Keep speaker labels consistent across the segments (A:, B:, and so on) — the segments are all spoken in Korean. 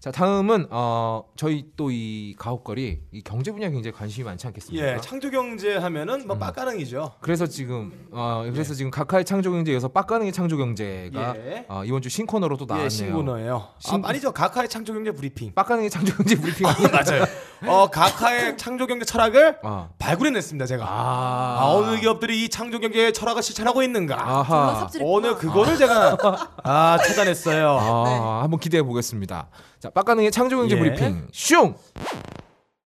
A: 자 다음은 어 저희 또 이 가옥걸이 이 경제 분야에 굉장히 관심이 많지 않겠습니까?
B: 예, 창조 경제 하면은 뭐 빡가능이죠.
A: 그래서 지금 어 그래서 지금 각하의 창조 경제에서 빡가능의 창조 경제가
B: 예.
A: 어, 이번 주 신코너로 또 나왔네요.
B: 예, 신고너예요.
A: 신-
B: 아, 아니죠. 각하의 창조 경제 브리핑.
A: 빡가능의 창조 경제 브리핑 아니에요?
B: 맞아요. 어, 각하의 창조 경제 철학을
A: 아.
B: 발굴해냈습니다, 제가.
A: 아.
B: 아, 어느 기업들이 이 창조 경제의 철학을 실천하고 있는가?
A: 아하.
B: 어느 그거를 제가 아, 찾아냈어요.
A: 아, 한번 기대해 보겠습니다. 자, 빡가능의 창조 경제
B: 예.
A: 브리핑. 슝.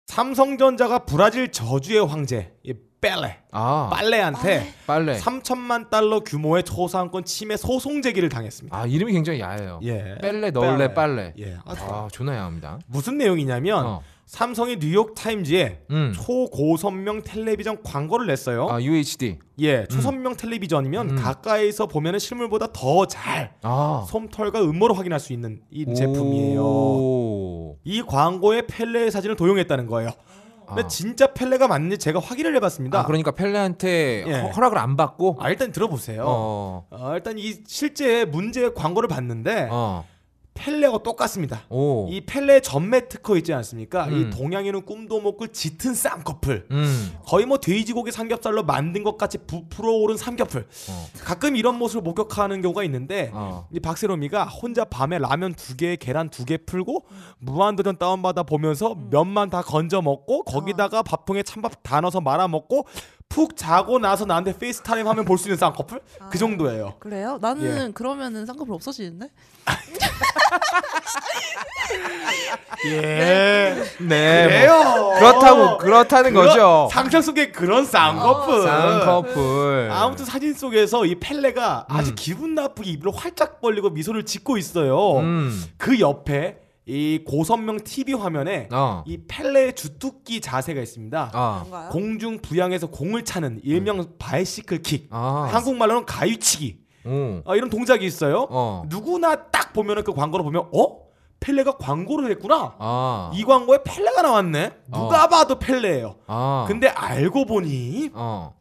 B: 삼성전자가 브라질 저주의 황제 이 뺄레
A: 아, 네.
B: 빨레한테
A: 빨래.
B: 3천만 달러 규모의 초상권 침해 소송 제기를 당했습니다.
A: 아, 이름이 굉장히 야해요.
B: 예.
A: 빨래 넣을래 빨래.
B: 예. 아,
A: 아, 존나 야합니다.
B: 무슨 내용이냐면
A: 어.
B: 삼성이 뉴욕 타임즈에
A: 음.
B: 초고선명 텔레비전 광고를 냈어요.
A: 아, 음. UHD.
B: 예, 초선명 텔레비전이면 가까이서 보면 실물보다 더 잘
A: 아.
B: 솜털과 음모를 확인할 수 있는 이 제품이에요.
A: 오.
B: 이 광고에 펠레의 사진을 도용했다는 거예요. 근데
A: 아.
B: 진짜 펠레가 맞는지 제가 확인을 해봤습니다.
A: 아, 그러니까 펠레한테
B: 예.
A: 허- 허락을 안 받고
B: 아, 일단 들어보세요.
A: 어.
B: 어, 일단 이 실제 문제 광고를 봤는데
A: 어.
B: 펠레하고 똑같습니다.
A: 오.
B: 이 펠레 전매 특허 있지 않습니까?
A: 음.
B: 이 동양인은 꿈도 못 꿀 짙은 쌍꺼풀.
A: 음.
B: 거의 뭐 돼지고기 삼겹살로 만든 것 같이 부풀어 오른 삼겹풀.
A: 어.
B: 가끔 이런 모습을 목격하는 경우가 있는데
A: 어.
B: 이 박세롬이가 혼자 밤에 라면 두 개, 계란 두 개 풀고 무한도전 다운받아 보면서 면만 다 건져 먹고 거기다가 밥통에 찬밥 다 넣어서 말아 먹고 푹 자고 나서 나한테 페이스타임 하면 볼 수 있는 쌍꺼풀 그 정도예요.
C: 그래요? 나는 그러면은 쌍꺼풀 없어지는데?
B: 예.
A: 네. 뭐.
B: 그래요.
A: 그렇다고 그렇다는
B: 그런-
A: 거죠.
B: 상상 속에 그런 쌍꺼풀.
A: 쌍꺼풀.
B: 아무튼 사진 속에서 이 펠레가
A: 음.
B: 아주 기분 나쁘게 입을 활짝 벌리고 미소를 짓고 있어요.
A: 음.
B: 그 옆에 이 고선명 TV 화면에
A: 어.
B: 이 펠레의 주특기 자세가 있습니다.
A: 아. 음.
C: 뭔가요?
B: 공중 부양에서 공을 차는 일명 바이시클 킥.
A: 아.
B: 한국말로는 가위치기.
A: 오.
B: 아, 이런 동작이 있어요.
A: 어.
B: 누구나 딱 보면은 그 광고를 보면 어? 펠레가 광고를 했구나.
A: 아. 어.
B: 이 광고에 펠레가 나왔네. 누가 봐도 펠레예요.
A: 아.
B: 근데 알고 보니
A: 어.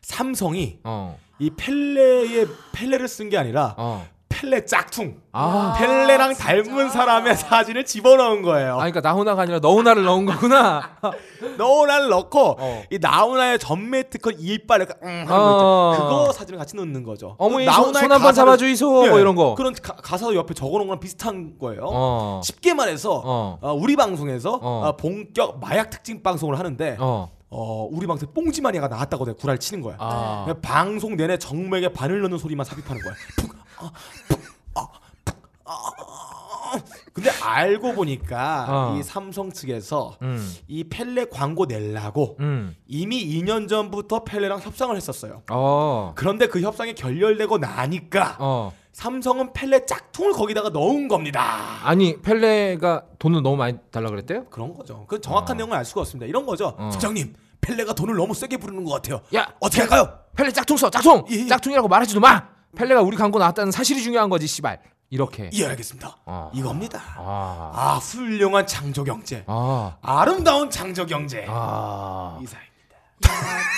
B: 삼성이
A: 어.
B: 이 펠레의 펠레를 쓴 게 아니라
A: 어.
B: 펠레 짝퉁.
A: 아.
B: 펠레랑 닮은 사람의 사진을 집어넣은
A: 아,
B: 거예요.
A: 그러니까 나훈아가 아니라 너훈아를 넣은 거구나.
B: 너우나를 넣고
A: 어.
B: 이 나우나의 전매 특허 이빨 이렇게 응 하는
A: 어.
B: 거 있죠. 그거 사진을 같이 넣는 거죠.
A: 어머니 손한
B: 나훈아의
A: 번
B: 가사를-
A: 잡아주이소 뭐
B: 예,
A: 이런 거.
B: 그런 가, 가사도 옆에 적어놓은 거랑 비슷한 거예요.
A: 어.
B: 쉽게 말해서
A: 어.
B: 어, 우리 방송에서
A: 어.
B: 어, 본격 마약 특집 방송을 하는데
A: 어.
B: 어, 우리 방송에 뽕지마니아가 나왔다고 내가 구라를 치는 거야.
A: 아.
B: 그냥 방송 내내 정맥에 바늘 넣는 소리만 삽입하는 거야. 푹, 아, 푹, 아, 푹, 아. 근데 알고 보니까
A: 어.
B: 이 삼성 측에서
A: 음.
B: 이 펠레 광고 내려고
A: 음.
B: 이미 2년 전부터 펠레랑 협상을 했었어요.
A: 어.
B: 그런데 그 협상이 결렬되고 나니까
A: 어.
B: 삼성은 펠레 짝퉁을 거기다가 넣은 겁니다.
A: 아니 펠레가 돈을 너무 많이 달라 그랬대요?
B: 그런 거죠. 그 정확한 내용을 알 수가 없습니다. 이런 거죠.
A: 어.
B: 소장님, 펠레가 돈을 너무 세게 부르는 것 같아요.
A: 야
B: 어떻게 할까요?
A: 펠레 짝퉁 써 짝퉁
B: 예, 예.
A: 짝퉁이라고 말하지도 마. 펠레가 우리 광고 나왔다는 사실이 중요한 거지 씨발 이렇게.
B: 예, 알겠습니다.
A: 어.
B: 이겁니다.
A: 아.
B: 아 훌륭한 창조 경제
A: 아.
B: 아름다운 창조 경제
A: 아.
B: 이사입니다.
C: 야,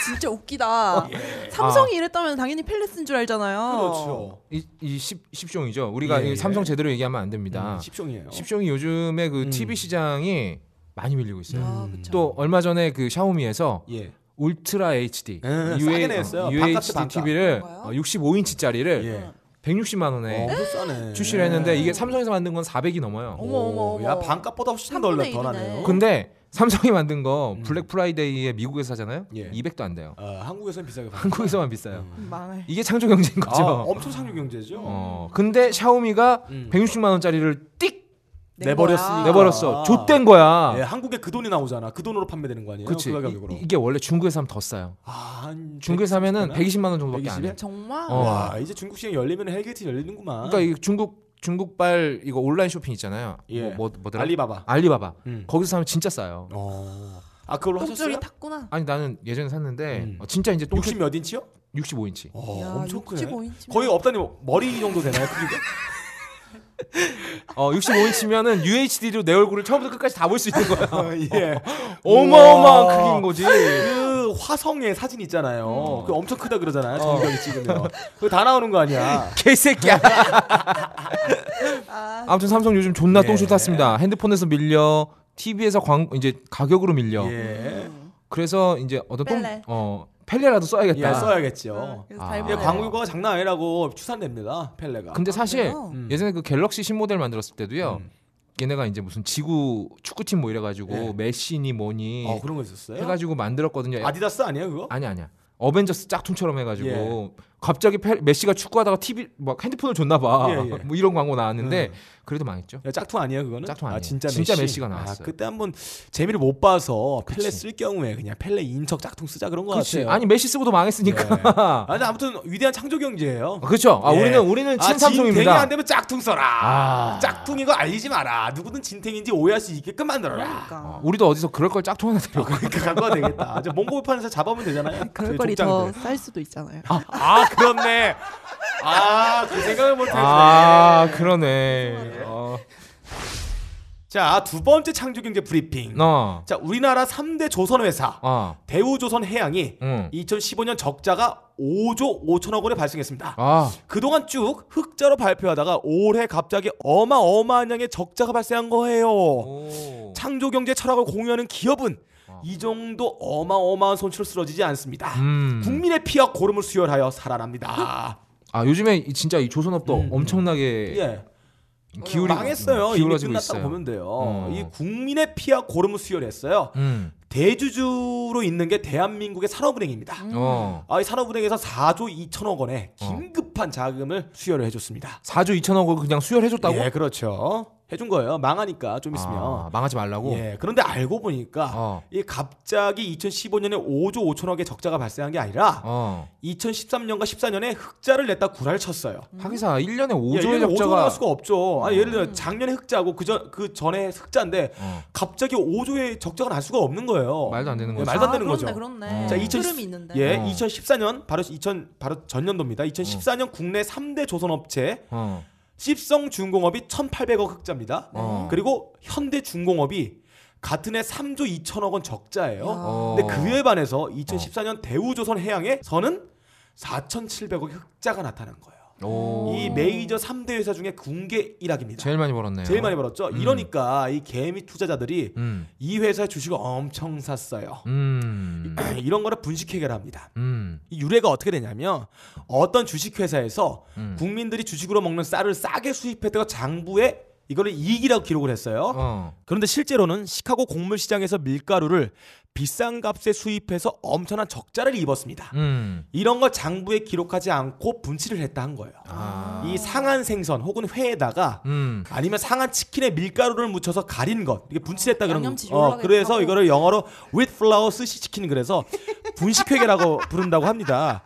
C: 진짜 웃기다. 삼성이 이랬다면 당연히 펠레스인 줄 알잖아요.
B: 예. 아. 그렇죠.
A: 이이 십십종이죠. 우리가
B: 예,
A: 이
B: 예.
A: 삼성 제대로 얘기하면 안 됩니다.
B: 음, 십종이에요. 음.
A: 십종이 요즘에 그 TV 시장이 많이 밀리고 있어요.
C: 아, 그쵸.
A: 또 얼마 전에 그 샤오미에서
B: 예.
A: 울트라 HD
B: 응, 예, 싸게 냈어요. 반값에
A: UHD
B: 반값.
A: TV를
C: 아,
A: 어,
C: 그런가요?
A: 65인치짜리를
B: 예.
A: 160만
B: 어,
A: 원에
B: 그 싸네.
A: 출시를 했는데 이게 삼성에서 만든 건 400이 넘어요.
C: 어머 어머 어머.
B: 야 반값보다 훨씬
C: 한
B: 덜
C: 분의
B: 더
C: 일이네.
B: 나네요.
A: 근데 삼성이 만든 거 블랙 프라이데이에 미국에서 사잖아요.
B: 음. 예.
A: 200도 안 돼요.
B: 어, 한국에서는 비싸게 팔.
A: 한국에서만 비싸요.
C: 망할.
A: 이게 창조 경제인
B: 아,
A: 거죠.
B: 엄청 창조 경제죠.
A: 어, 근데 샤오미가 160만 원짜리를 띡
C: 낸
B: 내버렸으니까.
C: 거야.
A: 내버렸어.
B: 아.
A: 좆된 거야.
B: 예, 한국에 그 돈이 나오잖아. 그 돈으로 판매되는 거 아니에요?
A: 그치.
B: 그 가격으로.
A: 이, 게 원래 중국에서 하면 더 싸요.
B: 아, 한
A: 중국에서 하면은
B: 100
A: 120만 원 정도밖에 안
B: 120?
A: 해요.
C: 정말?
A: 어.
B: 와 이제 중국 시장 열리면 헬게이트 열리는구만.
A: 그러니까 이 중국 중국발 이거 온라인 쇼핑 있잖아요.
B: 아. 예.
A: 뭐, 뭐, 더라
B: 알리바바.
A: 알리바바.
B: 음.
A: 거기서 사면 진짜 싸요.
B: 어. 아 그걸로 하셨어요?
C: 똥줄이 탔구나.
A: 아니 나는 예전에 샀는데
B: 음.
A: 어, 진짜 이제 똥
B: 60 몇 인치요?
A: 65인치.
B: 어,
C: 야,
B: 엄청 크네. 뭐
C: 65인치면.
B: 거의 업다니 머리 정도 되나요? 크기가?
A: 어 65인치면은 UHD로 내 얼굴을 처음부터 끝까지 다 볼 수 있는 거야.
B: 예.
A: 어마어마한
B: 우와.
A: 크기인 거지.
B: 그 화성의 사진 있잖아요. 그 엄청 크다 그러잖아요.
A: 어.
B: 정경이 찍으면. 그거 다 나오는 거 아니야.
A: 개새끼야.
C: 아,
A: 아무튼 삼성 요즘 존나
B: 예.
A: 똥줄 탔습니다. 핸드폰에서 밀려, TV에서 광 이제 가격으로 밀려.
B: 예.
A: 그래서 이제 어떤 똥-
C: 펠레.
A: 어 펠레라도 써야겠다.
B: 예, 써야겠죠.
C: 그래서
A: 아.
C: 닮아요.
B: 예,
A: 네.
B: 광고가 장난 아니라고 추산됩니다. 펠레가.
A: 근데 사실
C: 그래요?
B: 음.
A: 예전에 그 갤럭시 신모델 만들었을 때도요.
B: 음.
A: 얘네가 이제 무슨 지구 축구팀 뭐 이래가지고
B: 예.
A: 메시니 뭐니
B: 어, 그런 거 있었어요?
A: 해가지고 만들었거든요.
B: 아디다스 아니에요, 그거?
A: 어? 아니 아니야. 어벤져스 짝퉁처럼 해가지고
B: 예.
A: 갑자기 페- 메시가 축구하다가 TV 막 핸드폰을 줬나 봐.
B: 예, 예.
A: 뭐 이런 광고 나왔는데
B: 음.
A: 그래도 망했죠.
B: 야, 짝퉁 아니에요, 그거는?
A: 짝퉁
B: 아,
A: 아니에요.
B: 진짜,
A: 진짜
B: 메시.
A: 메시가 나왔어요.
B: 아, 그때 한번 재미를 못 봐서 펠레
A: 그치.
B: 쓸 경우에 그냥 펠레 인척 짝퉁 쓰자 그런 거
A: 그렇지.
B: 같아요.
A: 아니 메시 쓰고도 망했으니까.
B: 아, 근데 아무튼 위대한 창조 경제예요.
A: 그렇죠. 아,
B: 예.
A: 우리는 우리는
B: 아, 진탱이
A: 친삼성입니다.
B: 안 되면 짝퉁 써라.
A: 아.
B: 짝퉁인 거 알리지 마라. 누구든 진탱인지 오해할 수 있게끔 만들어라.
C: 그러니까
A: 어, 우리도 어디서 그럴 걸 짝퉁 하나
B: 아,
A: 들고.
B: 그러니까 갖고 되겠다. 저 몽골판에서 잡아오면 되잖아요.
C: 그럴
B: 저희
C: 거리 더
B: 족장들.
C: 쌀 수도 있잖아요.
B: 아, 그렇네. 아, 그 생각을 못 했네.
A: 아 그러네. 어.
B: 자, 두 번째 창조 경제 브리핑.
A: 어.
B: 자, 우리나라 3대 조선 회사
A: 아.
B: 대우조선 해양이
A: 응.
B: 2015년 적자가 5조 5천억 원에 발생했습니다.
A: 아.
B: 그동안 쭉 흑자로 발표하다가 올해 갑자기 어마어마한 양의 적자가 발생한 거예요.
A: 어. 오.
B: 창조 경제 철학을 공유하는 기업은
A: 아.
B: 이 정도 어마어마한 손실로 쓰러지지 않습니다.
A: 음.
B: 국민의 피와 고름을 수혈하여 살아납니다.
A: 아 요즘에 이- 진짜 이 조선업도
B: 음,
A: 엄청나게
B: 예.
A: 기울이 음,
B: 망했어요. 이미
A: 기울어지고
B: 끝났다고
A: 있어요.
B: 보면 돼요.
A: 어.
B: 이 국민의 피와 고름을 수혈했어요.
A: 음.
B: 대주주로 있는 게 대한민국의 산업은행입니다.
A: 어.
B: 아, 이 산업은행에서 4조 2천억 원의
A: 어.
B: 긴급한 자금을 수혈을 해줬습니다.
A: 4조 2천억을 그냥 수혈해줬다고?
B: 예, 그렇죠. 해준 거예요. 망하니까 좀 있으면.
A: 아, 망하지 말라고.
B: 예, 그런데 알고 보니까
A: 어.
B: 이 갑자기 2015년에 5조 5천억의 적자가 발생한 게 아니라
A: 어.
B: 2013년과 14년에 흑자를 냈다 구라를 쳤어요.
A: 하기사 1년에
B: 예,
A: 5조의
B: 이거는 5조가
A: 적자가 음.
B: 할 수가 없죠. 아 예를 들어 작년에 흑자고 그전 그 전에 흑자인데
A: 어.
B: 갑자기 5조의 적자가 날 수가 없는 거예요.
A: 말도 안 되는
B: 예,
A: 거죠.
B: 말도 안 되는
C: 아,
B: 거죠.
C: 그렇네, 그렇네.
A: 자,
C: 자, 2
B: 2000
C: 흐름이 있는데.
B: 예,
A: 어.
B: 2014년 바로 2000 바로 전년도입니다. 2014년 국내 3대 조선업체
A: 어.
B: 씹성중공업이 1,800억 흑자입니다.
C: 네.
A: 어.
B: 그리고 현대중공업이 같은 해 3조 2천억 원 적자예요.
C: 야.
A: 어.
B: 근데 그에 반해서 2014년 대우조선 해양에서는 4,700억의 흑자가 나타난 거예요.
A: 오.
B: 이 메이저 3대 회사 중에 군계 1학입니다. 제일,
A: 제일 많이 벌었네요.
B: 많이 벌었죠.
A: 음.
B: 이러니까 이 개미 투자자들이
A: 음.
B: 이 회사의 주식을 엄청 샀어요.
A: 음.
B: 이런 거를 분식 해결합니다.
A: 음.
B: 이 유래가 어떻게 되냐면 어떤 주식회사에서
A: 음.
B: 국민들이 주식으로 먹는 쌀을 싸게 수입했다가 장부에 이거를 이익이라고 기록을 했어요.
A: 어.
B: 그런데 실제로는 시카고 곡물 시장에서 밀가루를 비싼 값에 수입해서 엄청난 적자를 입었습니다.
A: 음.
B: 이런 걸 장부에 기록하지 않고 분칠을 했다 한 거예요.
A: 아.
B: 이 상한 생선 혹은 회에다가
A: 음.
B: 아니면 상한 치킨에 밀가루를 묻혀서 가린 것 이게 분칠했다 그런
C: 양념치
B: 거. 어,
C: 졸라게
B: 그래서
C: 하고.
B: 이거를 영어로 with flour 스시 치킨 그래서 분식회계라고 부른다고 합니다.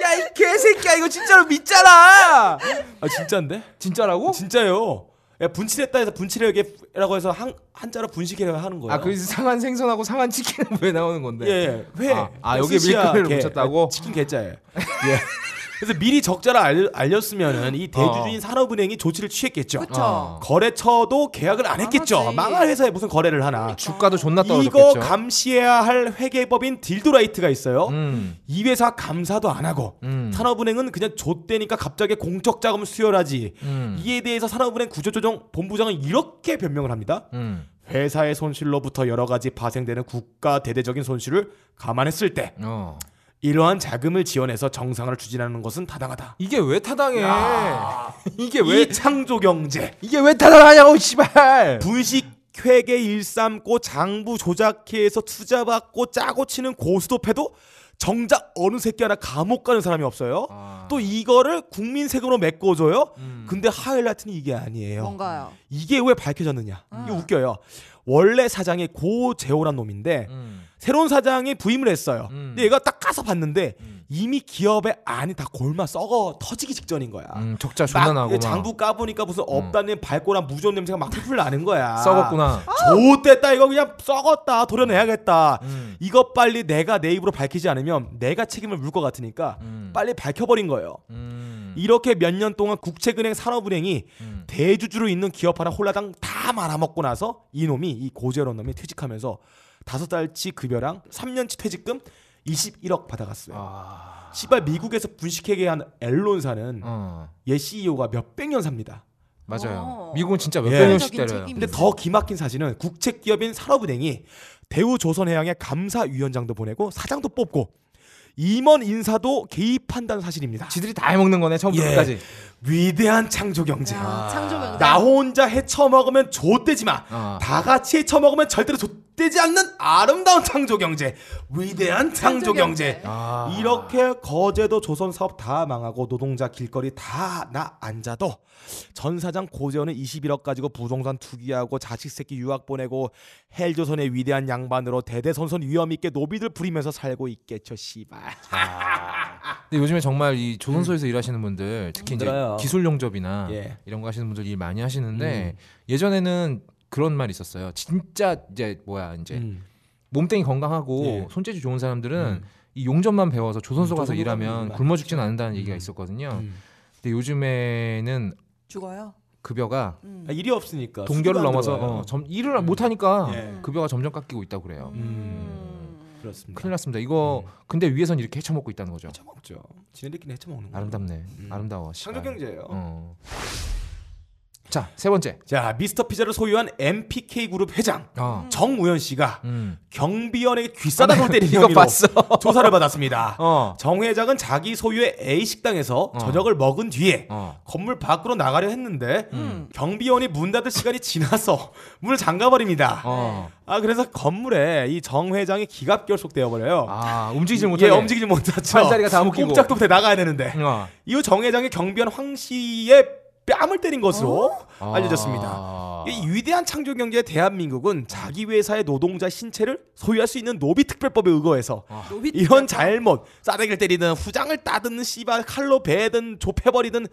A: 야, 이 개새끼야. 이거 진짜로 믿잖아.
B: 아 진짜인데?
A: 진짜라고?
B: 진짜요. 예, 분칠했다 해서 분칠회계라고 해서 한 한자로 분식회라고 하는 거예요.
A: 아, 그래서 상한 생선하고 상한 치킨은 왜 나오는 건데?
B: 예, 예. 회.
A: 아, 아, 여기에
B: 스시야
A: 밀가루를
B: 게.
A: 묻혔다고?
B: 치킨 개짜예요. 예. 그래서 미리 적자를 알, 알렸으면은 이 대주주인
A: 어.
B: 산업은행이 조치를 취했겠죠.
C: 그쵸.
B: 아,
A: 어.
B: 거래처도 계약을 안 했겠죠.
C: 하지.
B: 망할 회사에 무슨 거래를 하나.
A: 주가도 음, 존나
B: 아, 이거
A: 떨어졌겠죠.
B: 감시해야 할 회계법인 딜도라이트가 있어요.
A: 음.
B: 이 회사 감사도 안 하고
A: 음.
B: 산업은행은 그냥 좆대니까 갑자기 공적 자금을 수혈하지.
A: 음.
B: 이에 대해서 산업은행 구조조정 본부장은 이렇게 변명을 합니다.
A: 음.
B: 회사의 손실로부터 여러 가지 파생되는 국가 대대적인 손실을 감안했을 때
A: 어.
B: 이러한 자금을 지원해서 정상화를 추진하는 것은 타당하다.
A: 이게 왜 타당해? 이게
B: 이
A: 왜
B: 창조 경제
A: 이게 왜 타당하냐고 씨발.
B: 분식 회계 일삼고 장부 조작해서 투자받고 짜고 치는 고스톱해도 정작 어느 새끼 하나 감옥 가는 사람이 없어요.
A: 아.
B: 또 이거를 국민 세금으로 메꿔줘요. 근데 하이라이트는 이게 아니에요.
C: 뭔가요?
B: 이게 왜 밝혀졌느냐? 이게
C: 아.
B: 웃겨요. 원래 사장이 고재호란 놈인데
A: 음.
B: 새로운 사장이 부임을 했어요.
A: 음.
B: 근데 얘가 딱 가서 봤는데 이미 기업의 안이 다 골마 썩어 터지기 직전인 거야.
A: 음, 적자 존나
B: 아, 막
A: 나고
B: 장부 까보니까 무슨 업다님 발꼬랑 무전 냄새가 막 풀풀 나는 거야.
A: 아. 썩었구나.
B: 아. 좋됐다 이거 그냥 썩었다 도려내야겠다.
A: 음.
B: 이것 빨리 내가 내 입으로 밝히지 않으면 내가 책임을 물 것 같으니까
A: 음.
B: 빨리 밝혀버린 거예요.
A: 음.
B: 이렇게 몇 년 동안 국채은행 산업은행이
A: 음.
B: 대주주로 있는 기업 하나 홀라당 다 말아먹고 나서 이놈이 이 고재론 놈이 퇴직하면서 다섯 달치 급여랑 3년치 퇴직금 21억 받아갔어요.
A: 아.
B: 시발 미국에서 분식회계 한 엘론사는
A: 어.
B: 얘 CEO가 몇백 년 삽니다.
A: 맞아요.
C: 어.
A: 미국은 진짜 몇
B: 예.
A: 백 년씩
C: 사회적인
A: 때려요.
C: 책임.
B: 근데 더 기막힌 사실은 국책기업인 산업은행이 대우조선해양의 감사위원장도 보내고 사장도 뽑고 임원 인사도 개입한다는 사실입니다.
A: 지들이 다 해먹는 거네 처음부터
B: 예.
A: 끝까지.
B: 위대한 창조경제.
C: 야, 창조경제.
B: 나 혼자 헤쳐먹으면 좆되지만
A: 어.
B: 다 같이 헤쳐먹으면 절대로 좆되지 않는 아름다운 창조경제. 위대한 창조경제.
A: 아.
B: 이렇게 거제도 조선 사업 다 망하고 노동자 길거리 다 나 앉아도 전 사장 고재원은 21억 가지고 부동산 투기하고 자식 새끼 유학 보내고 헬조선의 위대한 양반으로 대대손손 위험 있게 노비들 부리면서 살고 있겠죠 씨발.
A: 근데 요즘에 정말 이 조선소에서 일하시는 분들 특히 이제
B: 음. 힘들어요.
A: 기술 영접이나
B: 예. 음.
A: 이런 거 하시는 분들 일 많이 하시는데 예전에는 그런 말이 있었어요. 진짜 이제 뭐야 이제
B: 음.
A: 몸땡이 건강하고
B: 예.
A: 손재주 좋은 사람들은 이 용접만 배워서 조선소
B: 음,
A: 가서
B: 조선소 가면
A: 일하면
B: 맞죠.
A: 굶어 죽진 않는다는 얘기가
B: 음.
A: 있었거든요.
B: 음.
A: 근데 요즘에는
C: 죽어요.
A: 급여가
C: 음.
B: 아, 일이 없으니까 수주가
A: 동결을
B: 안
A: 넘어서
B: 들어와요. 음.
A: 어, 점, 일을 못 하니까
B: 예. 음.
A: 급여가 점점 깎이고 있다고 그래요.
C: 음.
B: 그렇습니다.
A: 큰일 났습니다. 이거
B: 음.
A: 근데 위에선 이렇게 헤쳐먹고 있다는 거죠.
B: 해쳐먹죠. 지네들끼리 해쳐먹는 거.
A: 아름답네.
B: 아, 음.
A: 아름다워. 씨발.
B: 창조경제예요.
A: 어. 자, 세 번째.
B: 자 미스터 피자를 소유한 MPK 그룹 회장
A: 아.
B: 정우현 씨가
A: 음.
B: 경비원에게 귀싸다고 때린
A: 아, 네. 이거
B: 혐의로
A: 봤어.
B: 조사를 받았습니다.
A: 어.
B: 정 회장은 자기 소유의 A 식당에서
A: 어.
B: 저녁을 먹은 뒤에
A: 어.
B: 건물 밖으로 나가려 했는데
C: 음.
B: 경비원이 문 닫을 시간이 지나서 문을 잠가버립니다.
A: 어.
B: 아 그래서 건물에 이 정 회장이 기갑결속되어 버려요.
A: 아, 움직이질 못해.
B: 예, 움직이지 못하죠.
A: 한 자리가 다 묶이고.
B: 꼼짝도 못해 나가야 되는데
A: 어.
B: 이후 정 회장이 경비원 황 씨의 뺨을 때린 것으로
A: 어?
B: 알려졌습니다.
A: 아.
B: 이 위대한 창조 경제 대한민국은 자기 회사의 노동자 신체를 소유할 수 있는 노비 특별법에 의거해서
A: 아.
C: 노비
B: 아, 이런 잘못 싸대기를 때리든 후장을 따든 씨발 칼로 베든 좁혀버리든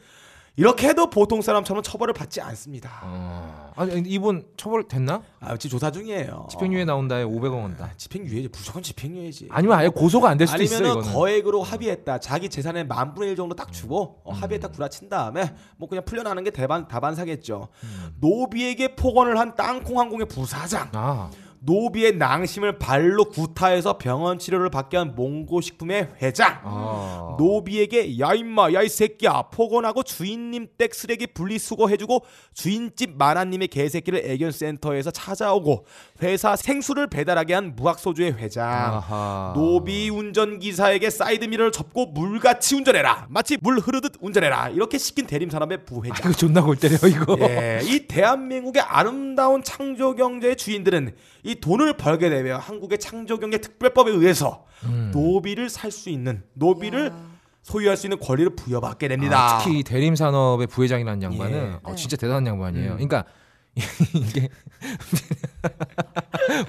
B: 이렇게 해도 보통 사람처럼 처벌을 받지 않습니다.
A: 어. 아니 근데 이분 처벌 됐나?
B: 아 지금 조사 중이에요. 아,
A: 집행유예 나온다에 500원 온다.
B: 집행유예지 무조건 집행유예지.
A: 아니면 아예 고소가 안 될 수도 있어
B: 아니면
A: 이거는.
B: 거액으로 합의했다. 자기 재산의 만 분의 일 정도 딱 주고
A: 음.
B: 어, 합의했다 구라친 다음에 뭐 그냥 풀려나는 게 대반 다반사겠죠.
A: 음.
B: 노비에게 폭언을 한 땅콩 항공의 부사장.
A: 아.
B: 노비의 낭심을 발로 구타해서 병원 치료를 받게 한 몽고식품의 회장
A: 아.
B: 노비에게 야 임마 야 이 새끼야 폭언하고 주인님 댁 쓰레기 분리수거해주고 주인집 마나님의 개새끼를 애견센터에서 찾아오고 회사 생수를 배달하게 한 무학소주의 회장
A: 아하.
B: 노비 운전기사에게 사이드미러를 접고 물같이 운전해라 마치 물 흐르듯 운전해라 이렇게 시킨 대림산업의
A: 아,
B: 부회장
A: 이거 존나 골 때려 이거.
B: 예, 이 대한민국의 아름다운 창조 경제의 주인들은 이 돈을 벌게 되면 한국의 창조 경제 특별법에 의해서
A: 음.
B: 노비를 살 수 있는 노비를
C: 야.
B: 소유할 수 있는 권리를 부여받게 됩니다.
A: 아, 특히 대림 산업의 부회장이라는 양반은
B: 예. 음.
A: 어,
C: 네.
A: 진짜 대단한 양반이에요. 그러니까 이게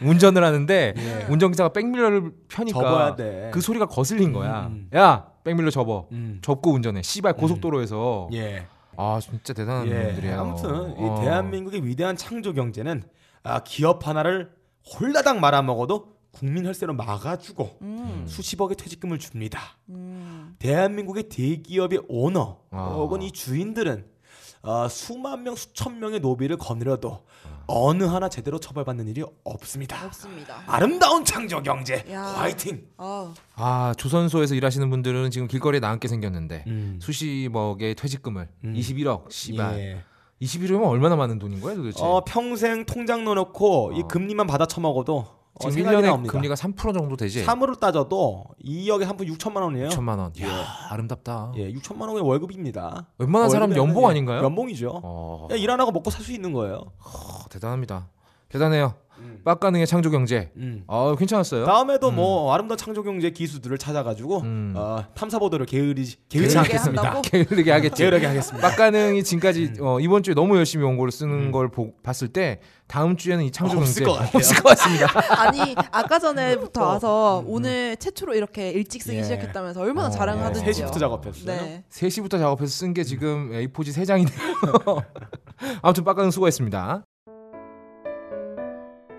A: 운전을 하는데 운전기사가 백밀러를 펴니까
B: 예. 접어야 돼.
A: 그 소리가 거슬린 거야.
B: 음.
A: 야 백밀러 접어.
B: 음.
A: 접고 운전해. 씨발 고속도로에서.
B: 예.
A: 아 진짜 대단한
B: 예.
A: 분들이에요.
B: 아무튼 이
A: 어.
B: 대한민국의 위대한 창조 경제는 아, 기업 하나를 홀라당 말아먹어도 국민 혈세로 막아주고
C: 음.
B: 수십억의 퇴직금을 줍니다.
C: 음.
B: 대한민국의 대기업의 오너
A: 아.
B: 혹은 이 주인들은 어, 수만 명 수천 명의 노비를 거느려도
A: 아.
B: 어느 하나 제대로 처벌받는 일이 없습니다.
C: 없습니다.
B: 아름다운 창조 경제
C: 야.
B: 화이팅.
C: 아,
A: 아 조선소에서 일하시는 분들은 지금 길거리에 나앉게 생겼는데 수십억의 퇴직금을
B: 음.
A: 21억 음. 씨발
B: 예.
A: 21억이면 얼마나 많은 돈인 거야 도대체?
B: 어, 평생 통장 넣어놓고 이
A: 어.
B: 금리만 받아 처먹어도 어,
A: 지금
B: 생각이
A: 1년에
B: 나옵니다.
A: 금리가 3% 정도 되지?
B: 3으로 따져도 2억에 한 푼 6천만 원이에요.
A: 6천만 원. 이야, 아름답다.
B: 예, 6천만 원의 월급입니다.
A: 웬만한 사람
B: 월급이
A: 연봉
B: 아니라
A: 아닌가요?
B: 연봉이죠. 예.
A: 어,
B: 일 안 하고 먹고 살 수 있는 거예요.
A: 어, 대단합니다. 대단해요.
B: 음.
A: 빡가능의 창조 경제.
B: 음.
A: 어, 괜찮았어요.
B: 다음에도 뭐 아름다운 창조경제 기수들을 찾아가지고
A: 음.
B: 어, 탐사 보도를 게으르지 게으르지
C: 게으르게
B: 않겠습니다.
C: 한다고?
A: 게으르게 하겠지.
B: 게으르게 하겠습니다. 음.
A: 빡가능이 지금까지 어, 이번 주에 너무 열심히 원고를 쓰는 걸 보, 봤을 때 다음 주에는 이 창조
B: 어, 없을
A: 경제
B: 것 같아요.
A: 없을 것 같습니다.
C: 아니 아까 전에부터 와서 오늘 최초로 이렇게 일찍 쓰기
B: 음. 예.
C: 시작했다면서 얼마나
A: 어,
C: 자랑하든지요.
A: 세 시부터
B: 3시부터 네. 작업했어요.
C: 네.
A: 3시부터 작업해서 쓴 게 지금 A4지 3장이네요. 아무튼 빡가능 수고했습니다.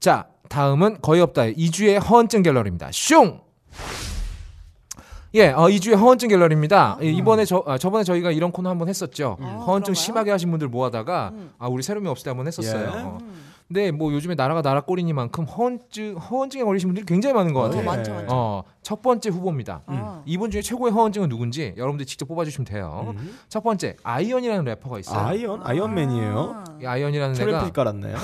A: 자, 다음은 거의 없다의 이주의 허언증 갤러리입니다. 슝! 예, 어, 이주의 허언증 갤러리입니다. 예, 이번에 저 아, 저번에 저희가 이런 코너 한번 했었죠.
C: 음. 아,
A: 허언증
C: 그런가요?
A: 심하게 하신 분들 모아다가
C: 음.
A: 아 우리 새로미 없을 때 한번 했었어요.
B: 예.
A: 어. 근데 뭐 요즘에 나라가 나라 꼴이니만큼 허언증 허언증에 걸리신 분들이 굉장히 많은 것
B: 예.
C: 어,
A: 같아요.
C: 많죠, 많죠.
A: 어, 첫 번째 후보입니다.
C: 아.
A: 이분 중에 최고의 허언증은 누군지 여러분들이 직접 뽑아주시면 돼요.
B: 음.
A: 첫 번째 어? 아이언이라는 래퍼가 있어요.
B: 아이언 아이언맨이에요.
A: 이 아이언이라는 애가
B: 초련필 깔았나요?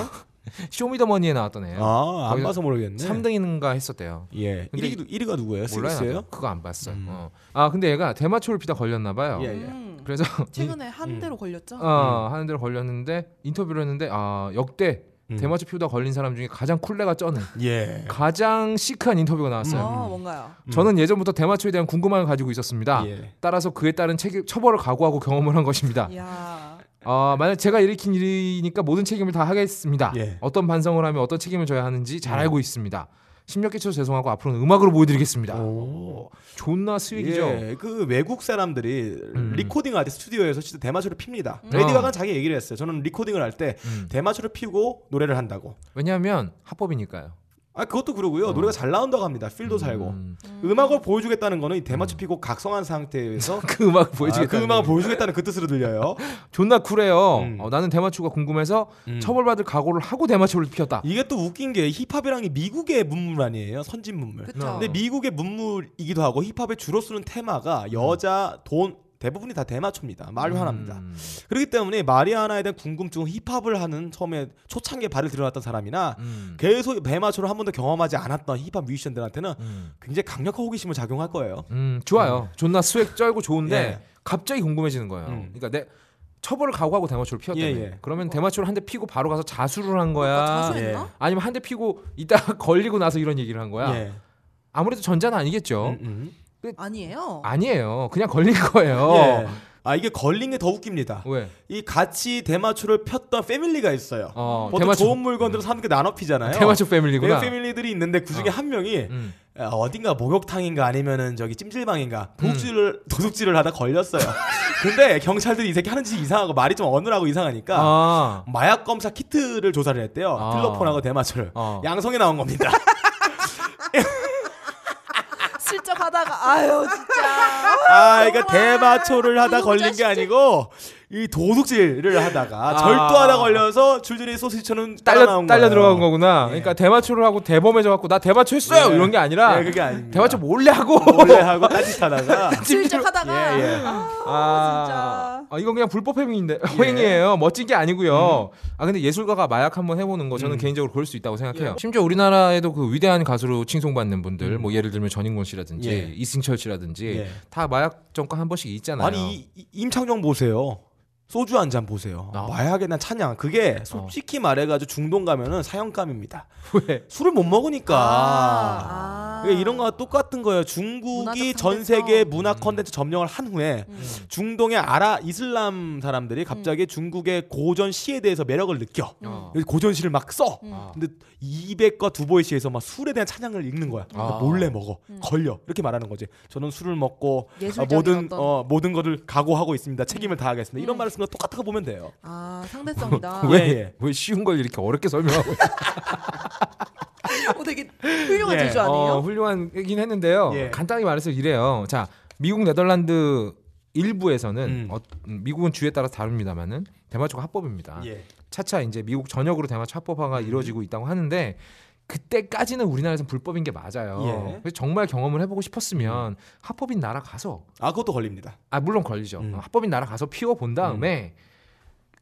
A: 쇼미더머니에 나왔던 애예요.
B: 아안
A: 거기서
B: 봐서 모르겠네.
A: 3등인가 했었대요.
B: 예.
A: 근데
B: 1위, 1위가 누구예요?
A: 몰라요.
B: 스위스예요?
A: 나도. 그거 안 봤어요.
B: 음.
A: 어. 아 근데 얘가 대마초를 피다 걸렸나 봐요.
B: 예, 음. 아, 예.
C: 음.
A: 그래서
C: 최근에 한 대로 걸렸죠.
A: 어, 하는 대로 걸렸는데 인터뷰를 했는데 아 역대
B: 음.
A: 대마초 피우다 걸린 사람 중에 가장 쿨레가 쩌는
B: 예.
A: 가장 시크한 인터뷰가 나왔어요.
C: 어, 뭔가요?
B: 음.
A: 음. 저는 예전부터 대마초에 대한 궁금함을 가지고 있었습니다.
B: 예.
A: 따라서 그에 따른 책임, 처벌을 각오하고 경험을 한 것입니다.
C: 이야.
A: 아 만약 제가 일으킨 일이니까 모든 책임을 다 하겠습니다.
B: 예. 음.
A: 어떤 반성을 하며 어떤 책임을 져야 하는지 잘 알고 있습니다. 심력 끼쳐서 죄송하고 앞으로는 음악으로 보여드리겠습니다.
B: 오.
A: 존나 스웩이죠.
B: 어. 예. 그 외국 사람들이
A: 음.
B: 리코딩 할때 스튜디오에서 진짜 대마초를 핍니다.
A: 음.
B: 레디
A: 어.
B: 가가 자기 얘기를 했어요. 저는 리코딩을 할 때
A: 음.
B: 대마초를 피우고 노래를 한다고.
A: 왜냐하면 합법이니까요.
B: 아 그것도 그러고요. 노래가 잘 나온다고 합니다. 필도 살고.
A: 어. 음.
B: 음. 악을 보여주겠다는 거는 이 대마초 피고 각성한 상태에서
A: 그 음악
B: 아, 그
A: 보여주겠다.
B: 음악을 보여주겠다는 그 뜻으로 들려요.
A: 존나 쿨해요.
B: 음.
A: 어, 나는 대마초가 궁금해서
B: 음.
A: 처벌받을 각오를 하고 대마초를 피웠다.
B: 이게 또 웃긴 게 힙합이랑 이 미국의 문물 아니에요? 선진 문물.
C: 그쵸.
B: 근데 미국의 문물이기도 하고 힙합의 주로 쓰는 테마가 여자, 돈 대부분이 다 대마초입니다. 마리화나입니다.
A: 음.
B: 그렇기 때문에 마리아나에 대한 궁금증 힙합을 하는 처음에 초창기에 발을 들여놨던 사람이나
A: 음.
B: 계속 대마초를 한 번도 경험하지 않았던 힙합 뮤지션들한테는
A: 음.
B: 굉장히 강력한 호기심을 작용할 거예요.
A: 음, 좋아요. 존나 스웩 쩔고 좋은데
B: 예.
A: 갑자기 궁금해지는 거예요.
B: 음.
A: 그러니까 내 처벌을 각오하고 대마초를 피웠다며.
B: 예, 그러니까 예.
A: 그러면 대마초를 한 대 피고 바로 가서 자수를 한
C: 아,
A: 거야.
C: 자수했나?
A: 아니면 한 대 피고 이따 걸리고 나서 이런 얘기를 한 거야.
B: 예.
A: 아무래도 전자는 아니겠죠.
B: 음, 음.
C: 아니에요.
A: 아니에요. 그냥 걸린 거예요.
B: 예. 아 이게 걸린 게 더 웃깁니다.
A: 왜?
B: 이 같이 대마초를 폈던 패밀리가 있어요.
A: 어,
B: 보통
A: 대마초
B: 좋은 물건들을 사람들께 나눠 피잖아요.
A: 대마초 패밀리구나.
B: 내 패밀리들이 있는데 그 중에
A: 어.
B: 한 명이
A: 음.
B: 아, 어딘가 목욕탕인가 아니면은 저기 찜질방인가
A: 음.
B: 도둑질을 도둑질을 하다 걸렸어요. 근데 경찰들이 이 새끼 하는 짓이 이상하고 말이 좀 어눌하고 이상하니까
A: 아.
B: 마약 검사 키트를 조사를 했대요.
A: 아.
B: 필로폰하고 대마초를
A: 어.
B: 양성이 나온 겁니다.
C: 슬쩍 하다가 아유 진짜.
B: 아, 그러니까 대마초를 하다
C: 이거
B: 걸린 게
C: 진짜
B: 아니고 이 도둑질을 하다가
A: 아, 아.
B: 절도하다 걸려서 줄줄이 소시처럼 딸려
A: 딸려
B: 나온
A: 딸려 들어간
B: 거예요.
A: 거구나. 그러니까 대마초를 하고 대범해져 갖고 나 대마초 했어요
B: 예.
A: 이런 게 아니라
B: 네, 그게 아닙니다.
A: 대마초 뭐. 몰래 하고
B: 몰래 하고 따짓하다가
C: 슬쩍 하다가
B: 예, 예.
C: 아,
A: 아, 아, 이건 그냥 불법 행위인데 행위예요. 멋진 게 아니고요.
B: 음.
A: 아 근데 예술가가 마약 한번 해보는 거 저는 개인적으로 그럴 수 있다고
B: 예.
A: 생각해요. 심지어 우리나라에도 그 위대한 가수로 칭송받는 분들, 뭐 예를 들면 전인권 씨라든지
B: 예.
A: 이승철 씨라든지
B: 예.
A: 다 마약 전과 한 번씩 있잖아요.
B: 아니 이- 이- 임창정 보세요. 소주 한 잔 보세요.
A: 아. 어.
B: 마약에 대한 찬양. 그게 솔직히 말해가지고 중동 가면은 사형감입니다.
A: 왜?
B: 술을 못 먹으니까.
C: 아, 아.
B: 그러니까 이런 거와 똑같은 거예요.
C: 문화적 음.
B: 중국이 전
C: 상대성.
B: 세계 문화 컨텐츠 점령을 한 후에 중동의 아라 이슬람
C: 음.
B: 사람들이 갑자기 중국의 고전 시에 대해서 매력을 느껴.
A: 어.
B: 그래서 고전 시를 막 써.
C: 음.
A: 아.
B: 근데 이백과 두보이 시에서 막 술에 대한 찬양을 읽는 거야. 그러니까
A: 아.
B: 몰래 먹어, 걸려 이렇게 말하는 거지. 저는 술을 먹고 아,
C: 음. 예술적인
B: 모든
C: 어떤- 음.
B: 어, 모든 것을 각오하고 있습니다. 책임을 다하겠습니다. 이런 말을 쓴 거 똑같은 거 보면 돼요.
C: 아 상대성이다.
A: 왜,
B: 예, 예.
A: 왜 쉬운 걸 이렇게 어렵게 설명하고 있어요?
C: 어, 되게 훌륭한
B: 예.
C: 제주 아니에요?
A: 어, 훌륭하긴 했는데요.
B: 예.
A: 간단히 말해서 이래요. 자, 미국 네덜란드 일부에서는
B: 음.
A: 어, 음, 미국은 주에 따라 다릅니다만은 대마초가 합법입니다.
B: 예.
A: 차차 이제 미국 전역으로 대마초 합법화가
B: 음.
A: 이루어지고 있다고 하는데 그때까지는 우리나라에서 불법인 게 맞아요.
B: 예. 음.
A: 그래서 정말 경험을 해보고 싶었으면 합법인 나라 가서
B: 아 그것도 걸립니다.
A: 아 물론 걸리죠.
B: 음.
A: 합법인 나라 가서 피워 본 다음에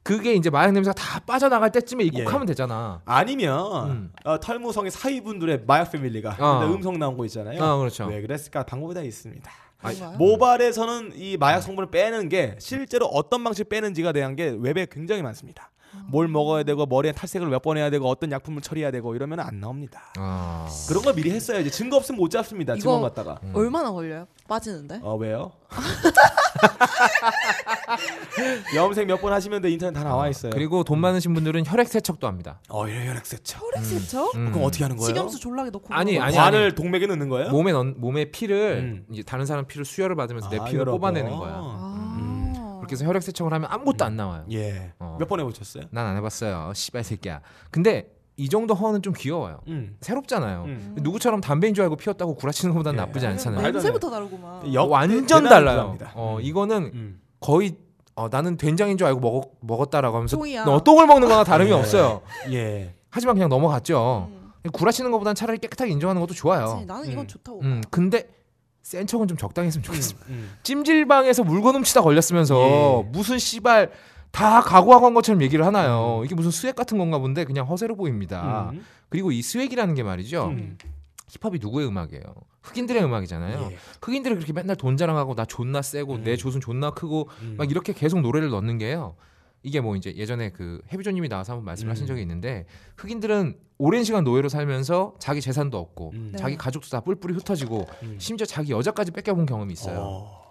A: 그게 이제 마약 냄새가 다 빠져나갈 때쯤에
B: 예.
A: 입국하면 되잖아.
B: 아니면
A: 음.
B: 어, 털무성의 사위분들의 마약 패밀리가
A: 어.
B: 근데 음성 나온 거 있잖아요.
A: 아, 그렇죠.
B: 왜 그랬을까 방법이 다 있습니다.
A: 아,
C: 그런가요?
A: 음.
B: 모발에서는 이 마약 성분을 빼는 게 실제로 어떤 방식 빼는지가 대한 게 웹에 굉장히 많습니다.
C: 아.
B: 뭘 먹어야 되고 머리에 탈색을 몇 번 해야 되고 어떤 약품을 처리해야 되고 이러면 안 나옵니다.
A: 아.
B: 그런 거 미리 했어야지. 증거 없으면 못 잡습니다.
C: 이거- 네?
B: 증거 갖다가.
A: 뭐-
C: 얼마나 걸려요? 빠지는데?
B: 어 왜요? 염색 몇 번 하시면 돼 인터넷 다 나와 있어요.
A: 아,
B: 음.
A: 그리고 돈 많으신 분들은 혈액 세척도 합니다.
B: 어 혈액 세척.
C: 혈액세척?
A: 음.
B: 그럼 어떻게 하는 거예요?
C: 식염수 졸라게 넣고
A: 아니,
C: 그런 거
A: 아니,
B: 관을 동맥에 넣는 거예요?
A: 몸에 넣, 몸에 피를
B: 음.
A: 이제 다른 사람 피를 수혈을 받으면서 내
B: 아,
A: 피를
B: 이러고.
A: 뽑아내는 거야.
C: 아.
A: 음. 그렇게 해서 혈액 세척을 하면 아무것도 안 나와요.
B: 예.
A: 어.
B: 몇 번 해보셨어요?
A: 난 안 해봤어요. 씨발 새끼야. 근데 이 정도 허는 좀 귀여워요.
B: 음.
A: 새롭잖아요.
B: 음.
A: 누구처럼 담배인 줄 알고 피웠다고 구라치는 것보단
B: 예.
A: 나쁘지 않잖아요.
B: 말도 안
C: 냄새부터 다르구만.
B: 음. 역-
A: 완전
B: 대단히
A: 달라요.
B: 부합니다.
A: 어 이거는
B: 음.
A: 거의 어, 나는 된장인 줄 알고 먹, 먹었다라고 하면서
C: 똥이야.
A: 너 똥을 먹는 거나 다름이
B: 예.
A: 없어요.
B: 예.
A: 하지만 그냥 넘어갔죠.
C: 음.
A: 구라치는 것보단 차라리 깨끗하게 인정하는 것도 좋아요.
C: 그치, 나는 이건
B: 음.
C: 좋다고.
A: 음 근데 센 척은 좀 적당했으면 좋겠습니다.
B: 음.
A: 찜질방에서 물건 훔치다 걸렸으면서
B: 예.
A: 무슨 씨발 다 각오하고 한 것처럼 얘기를 하나요. 이게 무슨 스웩 같은 건가 본데 그냥 허세로 보입니다.
B: 음.
A: 그리고 이 스웩이라는 게 말이죠.
B: 음.
A: 힙합이 누구의 음악이에요? 흑인들의 음악이잖아요.
B: 예.
A: 흑인들이 그렇게 맨날 돈 자랑하고 나 존나 세고
B: 음.
A: 내 조선 존나 크고
B: 음.
A: 막 이렇게 계속 노래를 넣는 게요. 이게 뭐 이제 예전에 그 해비조님이 나와서 한번 말씀하신
B: 음.
A: 적이 있는데 흑인들은 오랜 시간 노예로 살면서 자기 재산도 없고
B: 음.
C: 네.
A: 자기 가족도 다 뿔뿔이 흩어지고
B: 음.
A: 심지어 자기 여자까지 뺏겨본 경험이 있어요.
B: 어.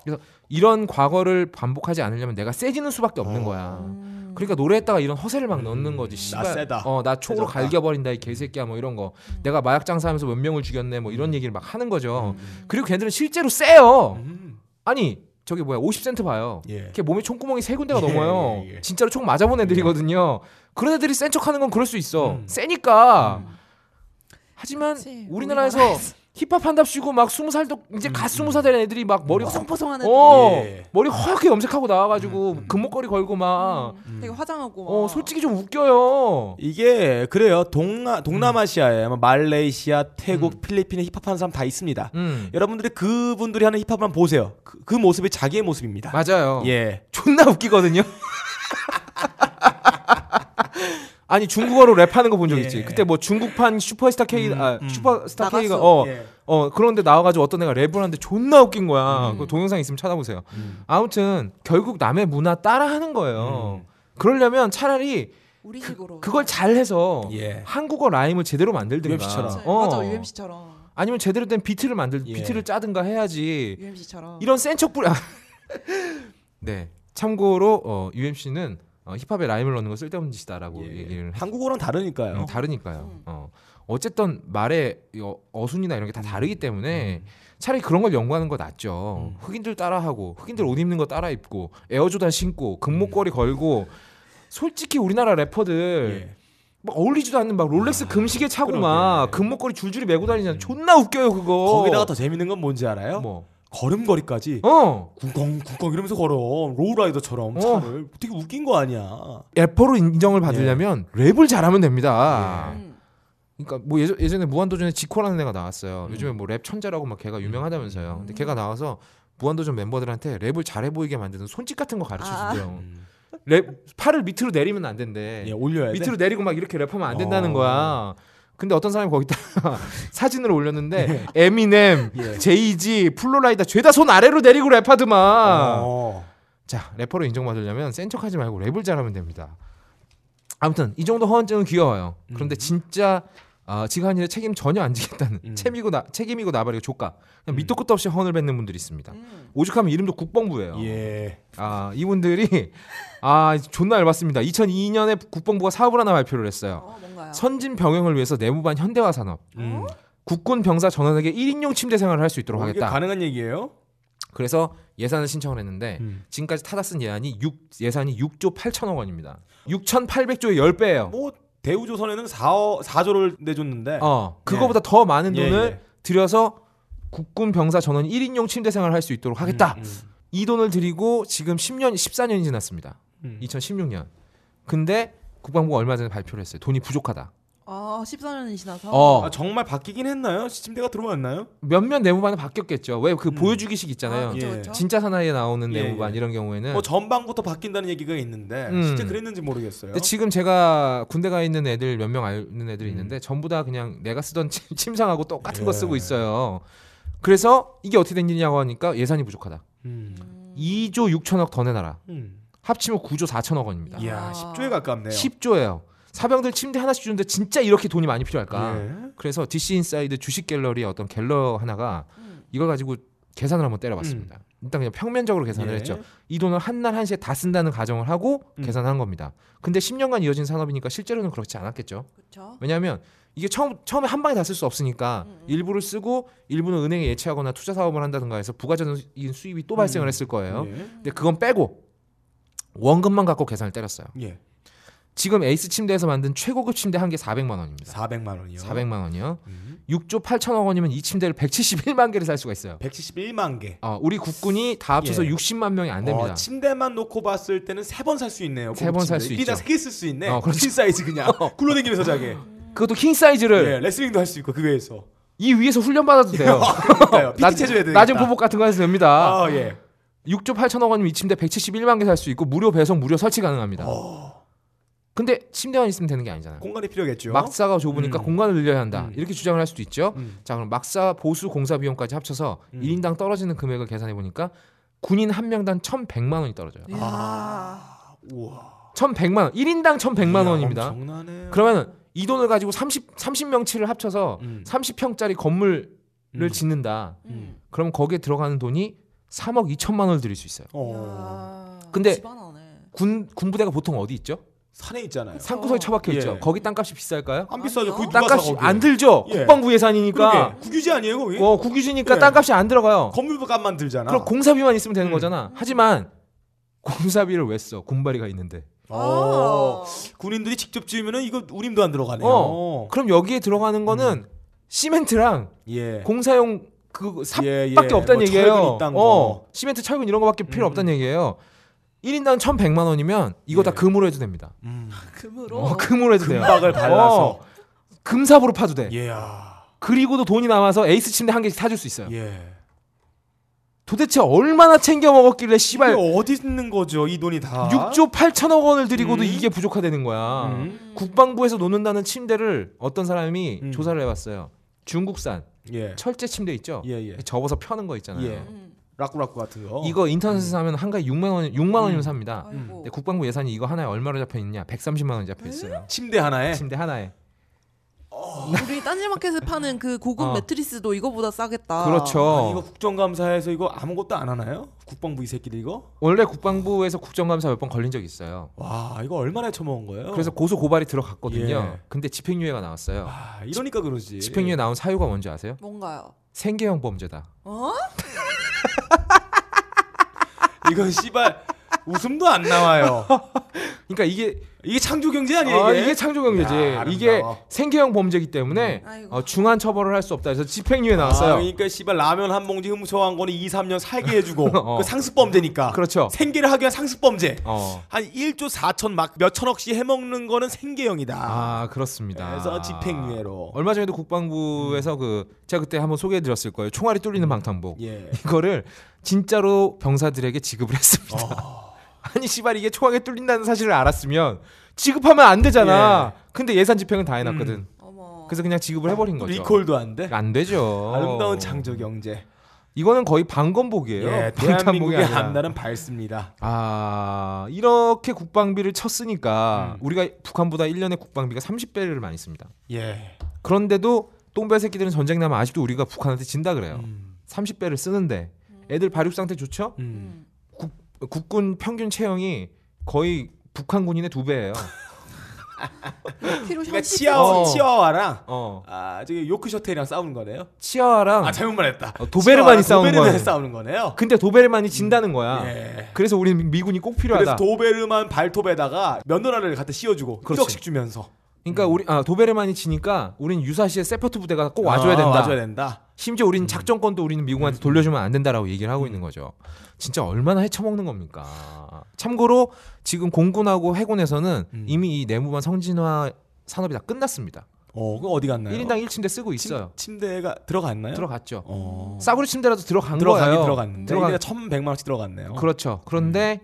A: 이런 과거를 반복하지 않으려면 내가 세지는 수밖에 없는
B: 어.
A: 거야.
C: 음.
A: 그러니까 노래에다가 이런 허세를 막
B: 음,
A: 넣는 거지.
B: 나
A: 씨발,
B: 세다.
A: 어, 나 총으로
B: 세졌다.
A: 갈겨버린다 이 개새끼야 뭐 이런 거. 내가 마약 장사하면서 몇 명을 죽였네 뭐 이런 얘기를 막 하는 거죠. 그리고 걔들은 실제로 세요.
B: 음.
A: 아니 저기 뭐야 50센트 봐요.
B: 예.
A: 이렇게 몸에 총구멍이 세 군데가
B: 예,
A: 넘어요.
B: 예, 예. 진짜
A: 진짜로 총 맞아본 애들이거든요. 그런 애들이 센 척하는 건 그럴 수 있어.
B: 음.
A: 세니까. 하지만
C: 그치,
A: 우리나라에서
C: 우리나라에서.
A: 힙합 한답시고 막 스무 살도
B: 음,
A: 이제 갓 스무 살 되는 애들이 막 머리 허,
C: 포송포송한 애들.
A: 어,
B: 예. 음,
A: 머리 허옇게 염색하고 나와가지고 금목걸이 걸고 막
C: 음. 되게 화장하고. 막.
A: 아. 어, 솔직히 좀 웃겨요.
B: 이게 그래요. 동나 동남아시아에 아마 말레이시아, 태국, 필리핀에 힙합하는 사람 다 있습니다.
A: 음
B: 여러분들이 그분들이 하는 힙합만 보세요. 그, 그 모습이 자기의 모습입니다.
A: 맞아요.
B: 예.
A: 존나 웃기거든요. 아니 중국어로 랩하는 거 본 적
B: 예.
A: 있지. 그때 뭐 중국판 슈퍼스타 K 아,
B: 음.
A: 슈퍼스타
C: 나갔어.
A: K가 어,
B: 예.
A: 어 그런데 나와가지고 어떤 애가 랩을 하는데 존나 웃긴
B: 음.
A: 거야. 그 동영상 있으면 찾아보세요. 아무튼 결국 남의 문화 따라하는 거예요.
B: 음.
A: 그러려면 차라리
C: 우리 식으로.
A: 그걸 잘해서
B: 예.
A: 한국어 라임을 제대로 만들든가.
B: UMC 처럼.
C: 네, 맞아,
A: 어.
C: 맞아 UMC처럼.
A: 아니면 제대로 된 비트를 만들
B: 예.
A: 비트를 짜든가 해야지.
C: UMC처럼.
A: 이런 센척 뿌려. 네. 참고로 어, UMC는 어, 힙합에 라임을 넣는 건 쓸데없는 짓이다라고
B: 예. 음.
A: 얘기를 했
B: 한국어랑 다르니까요.
A: 어, 다르니까요. 어. 어쨌든 말의 이 어- 어순이나
B: 음.
A: 이런 게 다 다르기 때문에 차라리 그런 걸 연구하는 거 낫죠.
B: 음.
A: 흑인들 따라하고 흑인들 옷 입는 거 따라 입고 에어조단 신고 금목걸이 걸고 솔직히 우리나라 래퍼들
B: 음. 예.
A: 막 어울리지도 않는 막 롤렉스 금시계 차고
B: 아, 그러게.
A: 막 금목걸이 줄줄이 메고 다니잖아. 존나 웃겨요 그거.
B: 거기다가 더 재밌는 건 뭔지 알아요?
A: 어. 뭐.
B: 걸음걸이까지
A: 어.
B: 쿵쾅 쿵쾅 이러면서 걸어 로우라이더처럼
A: 어.
B: 차를 되게 웃긴 거 아니야.
A: 래퍼로 인정을 받으려면
B: 예.
A: 랩을 잘하면 됩니다.
C: 음.
A: 그러니까 뭐 예전, 예전에 무한도전에 지코라는 애가
B: 음.
A: 나왔어요. 요즘에 뭐 랩 천재라고 막 걔가 유명하다면서요. 근데 걔가 나와서 무한도전 멤버들한테 랩을 잘해 보이게 만드는 손짓 같은 거 가르쳐 준대요.
B: 음.
A: 랩 팔을 밑으로 내리면 안 된대.
B: 예, 올려야 돼.
A: 네. 밑으로 내리고 막 이렇게 랩하면 안 된다는
B: 어.
A: 거야. 근데 어떤 사람이 거기다가 사진을 올렸는데 에미넴,
B: 예.
A: 제이지, 플로라이다 죄다 손 아래로 내리고 랩하더만.
B: 어.
A: 자 래퍼로 인정받으려면 센 척하지 말고 랩을 잘하면 됩니다. 아무튼 이 정도 허언증은 귀여워요. 그런데 진짜 아, 지가 한 일에 책임 전혀 안 지겠다는
B: 음.
A: 책임이고 나 책임이고 나발이고 조까 그냥 밑도 끝도 없이 허언을 뱉는 분들이 있습니다.
C: 음.
A: 오죽하면 이름도 국방부예요.
B: 예.
A: 아 이분들이 아 존나 열받습니다. 2002년에 국방부가 사업을 하나 발표를 했어요.
C: 어, 뭔가요?
A: 선진 병영을 위해서 내무반 현대화 산업,
B: 음.
A: 국군 병사 전원에게 1인용 침대 생활을 할 수 있도록
B: 어, 이게
A: 하겠다.
B: 가능한 얘기예요?
A: 그래서 예산을 신청을 했는데
B: 음.
A: 지금까지 타다 쓴 예산이 6 예산이 6조 8천억 원입니다. 6,800조의 10배예요.
B: 뭐 대우조선에는 4어, 4조를 내줬는데
A: 어, 그거보다 더 많은
B: 예,
A: 돈을
B: 예.
A: 들여서 국군 병사 전원 1인용 침대 생활을 할 수 있도록 하겠다.
B: 음,
A: 이 돈을 들이고 지금 10년 14년이 지났습니다.
B: 음.
A: 2016년. 근데 국방부가 얼마 전에 발표를 했어요. 돈이 부족하다.
C: 아 14년이 지나서.
A: 어.
B: 아, 정말 바뀌긴 했나요? 침대가 들어왔나요?
A: 몇몇 내무반은 바뀌었겠죠. 왜 그 보여주기식 있잖아요.
C: 아, 그쵸,
B: 음. 예.
C: 그쵸?
A: 진짜 사나이에 나오는
B: 예,
A: 내무반
B: 예.
A: 이런 경우에는
B: 뭐 전방부터 바뀐다는 얘기가
A: 네.
B: 있는데
A: 음.
B: 실제 그랬는지 모르겠어요.
A: 근데 지금 제가 군대 가 있는 애들 몇 명 아는 애들이 있는데 전부 다 그냥 내가 쓰던 침- 침상하고 똑같은 거
B: 음. 예.
A: 쓰고 있어요. 그래서 이게 어떻게 된 일이냐고 하니까 예산이 부족하다.
B: 음.
A: 2조 6천억 더 내놔라.
B: 음.
A: 합치면 9조 4천억 원입니다.
B: 이야,
C: 아.
B: 10조에 예. 가깝네요.
A: 10조예요. 사병들 침대 하나씩 주는데 진짜 이렇게 돈이 많이 필요할까?
B: 예.
A: 그래서 DC 인사이드 주식 갤러리의 어떤 갤러 하나가
C: 음.
A: 이걸 가지고 계산을 한번 때려봤습니다. 일단 그냥 평면적으로 계산을
B: 음. 예.
A: 했죠. 이 돈을 한 날 한시에 다 쓴다는 가정을 하고
B: 음.
A: 계산한 겁니다. 근데 10년간 이어진 산업이니까 실제로는 그렇지 않았겠죠.
C: 그렇죠.
A: 왜냐하면 이게 처음 처음에 한 방에 다 쓸 수 없으니까
C: 음, 음.
A: 일부를 쓰고 일부는 은행에 예치하거나 투자 사업을 한다든가 해서 부가적인 수입이 또
B: 음.
A: 발생을 했을 거예요.
B: 예.
A: 근데 그건 빼고 원금만 갖고 계산을 때렸어요.
B: 예.
A: 지금 에이스 침대에서 만든 최고급 침대 한 개 400만 원입니다.
B: 400만 원이요.
A: 400만 원이요.
B: 음.
A: 6조 8천억 원이면 이 침대를 171만 개를 살 수가 있어요.
B: 171만 개.
A: 어, 우리 국군이 다 합쳐서
B: 예.
A: 60만 명이 안 됩니다.
B: 어, 침대만 놓고 봤을 때는 세 번 살 수 있네요.
A: 세번살수 있죠.
B: 다세개 쓸 수 있네.
A: 어, 그렇죠.
B: 큰 사이즈 그냥 굴러다니면서 자게.
A: 그것도 킹 사이즈를
B: 예, 레슬링도 할 수 있고 그 외에서.
A: 이 위에서 훈련 받아도 돼요.
B: 어, 그러니까요.
A: 낮-
B: PT 체조해야 되니까.
A: 낮은 보복 같은 거 해도 됩니다.
B: 네. 아, 예.
A: 6조 8천억 원이면 이 침대 171만 개 살 수 있고 무료 배송, 무료 설치 가능합니다.
B: 어,
A: 근데 침대만 있으면 되는 게 아니잖아요.
B: 공간이 필요하겠죠.
A: 음. 막사가 좁으니까
B: 음.
A: 공간을 늘려야 한다.
B: 음.
A: 이렇게 주장을 할 수도 있죠.
B: 음.
A: 자 그럼 막사 보수 공사 비용까지 합쳐서
B: 음.
A: 1인당 떨어지는 금액을 계산해 보니까 군인 한 명당 1,100만 원이 떨어져요.
C: 이야.
A: 아.
B: 아, 우와.
A: 1,100만 원. 1인당 1,100만
B: 이야,
A: 원입니다.
B: 엄청나네요.
A: 그러면은 이 돈을 가지고 30 30명치를 합쳐서
B: 음.
A: 30평짜리 건물을
B: 음.
A: 짓는다.
C: 음.
A: 그럼 거기에 들어가는 돈이 3억 2천만 원을 들일 수 있어요.
B: 어.
C: 이야.
A: 근데-
C: 집안하네.
A: 군 군부대가 보통 어디 있죠?
B: 산에 있잖아요.
A: 산구석에 처박혀
B: 예.
A: 있죠. 거기 땅값이 비쌀까요?
B: 안 비싸죠.
C: 아니요.
B: 그 누가 사
A: 땅값이
B: 거기.
A: 안 들죠.
B: 예.
A: 국방부 예산이니까.
B: 그러게. 국유지 아니에요, 거기?
A: 어, 국유지니까
B: 예.
A: 땅값이 안 들어가요.
B: 건물값만 들잖아.
A: 그럼 공사비만 있으면 되는
B: 음.
A: 거잖아. 하지만 공사비를 왜 써? 군발이가 있는데.
C: 아.
B: 어. 군인들이 직접 지으면은 이거 우림도 안 들어가네요. 음.
A: 어. 그럼 여기에 들어가는 거는 시멘트랑
B: 예.
A: 공사용 그 삽밖에
B: 예, 예.
A: 없다는
B: 뭐 철근
A: 얘기예요.
B: 있단 거.
A: 어. 시멘트 철근 이런 거밖에 필요
B: 음.
A: 없다는 얘기예요. 1인당 1,100만 원이면 이거 다
B: 예.
A: 금으로 해도 됩니다.
B: 음.
C: 금으로.
A: 어, 금으로 해도 돼요.
B: 금박을 발라서.
A: 어. 금삽으로 파도 돼.
B: 예야. 아,
A: 그리고도 돈이 남아서 에이스 침대 한 개씩 사줄 수 있어요.
B: 예.
A: 도대체 얼마나 챙겨 먹었길래
B: 이게
A: 씨발
B: 어디 있는 거죠? 이 돈이 다.
A: 6조 아. 8천억 원을 들이고도
B: 음.
A: 이게 부족하다는 거야.
B: 음.
A: 국방부에서 놓는다는 침대를 어떤 사람이
B: 음.
A: 조사를 해봤어요. 중국산
B: 예.
A: 철제 침대 있죠.
B: 예, 예.
A: 접어서 펴는 거 있잖아요.
B: 예. 어. 음.
C: 음.
B: 라꾸라꾸 같은 거.
A: 이거 인터넷에서 사면 한가에 6만 원 6만
B: 음.
A: 원이면 삽니다.
C: 아이고.
A: 근데 국방부 예산이 이거 하나에 얼마로 잡혀 있냐? 130만 원 잡혀 있어요.
B: 침대 하나에
A: 침대 하나에.
C: 우리 딴지마켓에 파는 그 고급
A: 어.
C: 매트리스도 이거보다 싸겠다.
B: 아,
A: 그렇죠.
B: 이거 국정감사에서 이거 아무것도 안 하나요? 국방부 이 새끼들 이거?
A: 원래 국방부에서 국정감사 몇 번 걸린 적 있어요.
B: 와 이거 얼마나 처먹은 거예요?
A: 그래서 고소 고발이 들어갔거든요.
B: 어. 예.
A: 근데 집행유예가 나왔어요.
B: 아, 이러니까 그러지.
A: 집행유예 나온 사유가 뭔지 아세요?
C: 뭔가요?
A: 생계형 범죄다.
C: 어?
B: 이건 씨발 웃음도 안 나와요.
A: 그러니까 이게
B: 이게 창조 경제 아니에요?
A: 아,
B: 이게?
A: 이게 창조 경제지.
B: 야,
A: 이게
B: 아름다워.
A: 생계형 범죄이기 때문에
C: 음. 아이고.
A: 어, 중한 처벌을 할 수 없다. 그래서 집행유예
B: 아,
A: 나왔어요.
B: 그러니까 씨발 라면 한 봉지 훔쳐간 거는 2, 3년 살게 해주고
A: 어.
B: 그 상습 범죄니까.
A: 그렇죠.
B: 생계를 하기 위한 상습 범죄.
A: 어.
B: 한 1조 4천 막 몇 천억씩 해먹는 거는 생계형이다.
A: 아 그렇습니다.
B: 그래서 집행유예로. 음.
A: 얼마 전에도 국방부에서 그 제가 그때 한번 소개해드렸을 거예요. 총알이 뚫리는 방탄복
B: 예.
A: 이거를 진짜로 병사들에게 지급을 했습니다. 아니 씨발 이게 총알이 뚫린다는 사실을 알았으면 지급하면 안 되잖아. 근데 예산 집행은 다 해놨거든.
C: 어머.
A: 그래서 그냥 지급을 해버린 거죠.
B: 음. 아.
A: 어.
B: 리콜도 안 돼.
A: 안 되죠.
B: 아름다운 창조 경제.
A: 이거는 거의 방검복이에요.
B: 예,
A: 방탄복이
B: 대한민국의
A: 아니라.
B: 앞날은 밝습니다.
A: 아 이렇게 국방비를 쳤으니까
B: 음.
A: 우리가 북한보다 1년에 국방비가 30배를 많이 씁니다.
B: 예.
A: 그런데도 똥배 새끼들은 전쟁 나면 아직도 우리가 북한한테 진다 그래요.
B: 음.
A: 30배를 쓰는데 애들 발육 상태 좋죠?
B: 음.
C: 음.
A: 국군 평균 체형이 거의 북한 군인의 두 배예요.
C: 필요
B: 그러니까
C: 현실.
B: 치아
A: 어.
B: 치아와랑
A: 어.
B: 아 저기 요크셔테이랑 싸우는 거네요.
A: 치아랑
B: 아 잘못 말했다.
A: 어, 도베르만이
B: 치아와랑
A: 싸우는
B: 도베르만이
A: 거예요.
B: 싸우는 거네요.
A: 근데 도베르만이 진다는 거야.
B: 예.
A: 그래서 우리는 미군이 꼭
B: 그래서
A: 필요하다.
B: 도베르만 발톱에다가 면도날을 갖다 씌워주고
A: 그렇지.
B: 1억씩 주면서
A: 그러니까 우리 아 도베르만이 지니까 우린 유사시에 세포트 부대가 꼭 와줘야 된다.
B: 음. 아, 와줘야 음. 된다.
A: 심지어 우리는 작전권도 우리는 미국한테 돌려주면 안 된다라고 얘기를
B: 음.
A: 하고 있는 거죠. 진짜 얼마나 헤쳐먹는 겁니까? 참고로 지금 공군하고 해군에서는
B: 음.
A: 이미 이 내무반 성진화 산업이 다 끝났습니다.
B: 어, 그 어디 갔나요?
A: 1인당 1침대 쓰고
B: 침,
A: 있어요.
B: 침대가 들어갔나요?
A: 들어갔죠.
B: 어.
A: 싸구려 침대라도 들어간
B: 들어가긴
A: 거예요.
B: 들어갔는데
A: 들어가-
B: 1인당 1,100만 원씩 들어갔네요.
A: 그렇죠. 그런데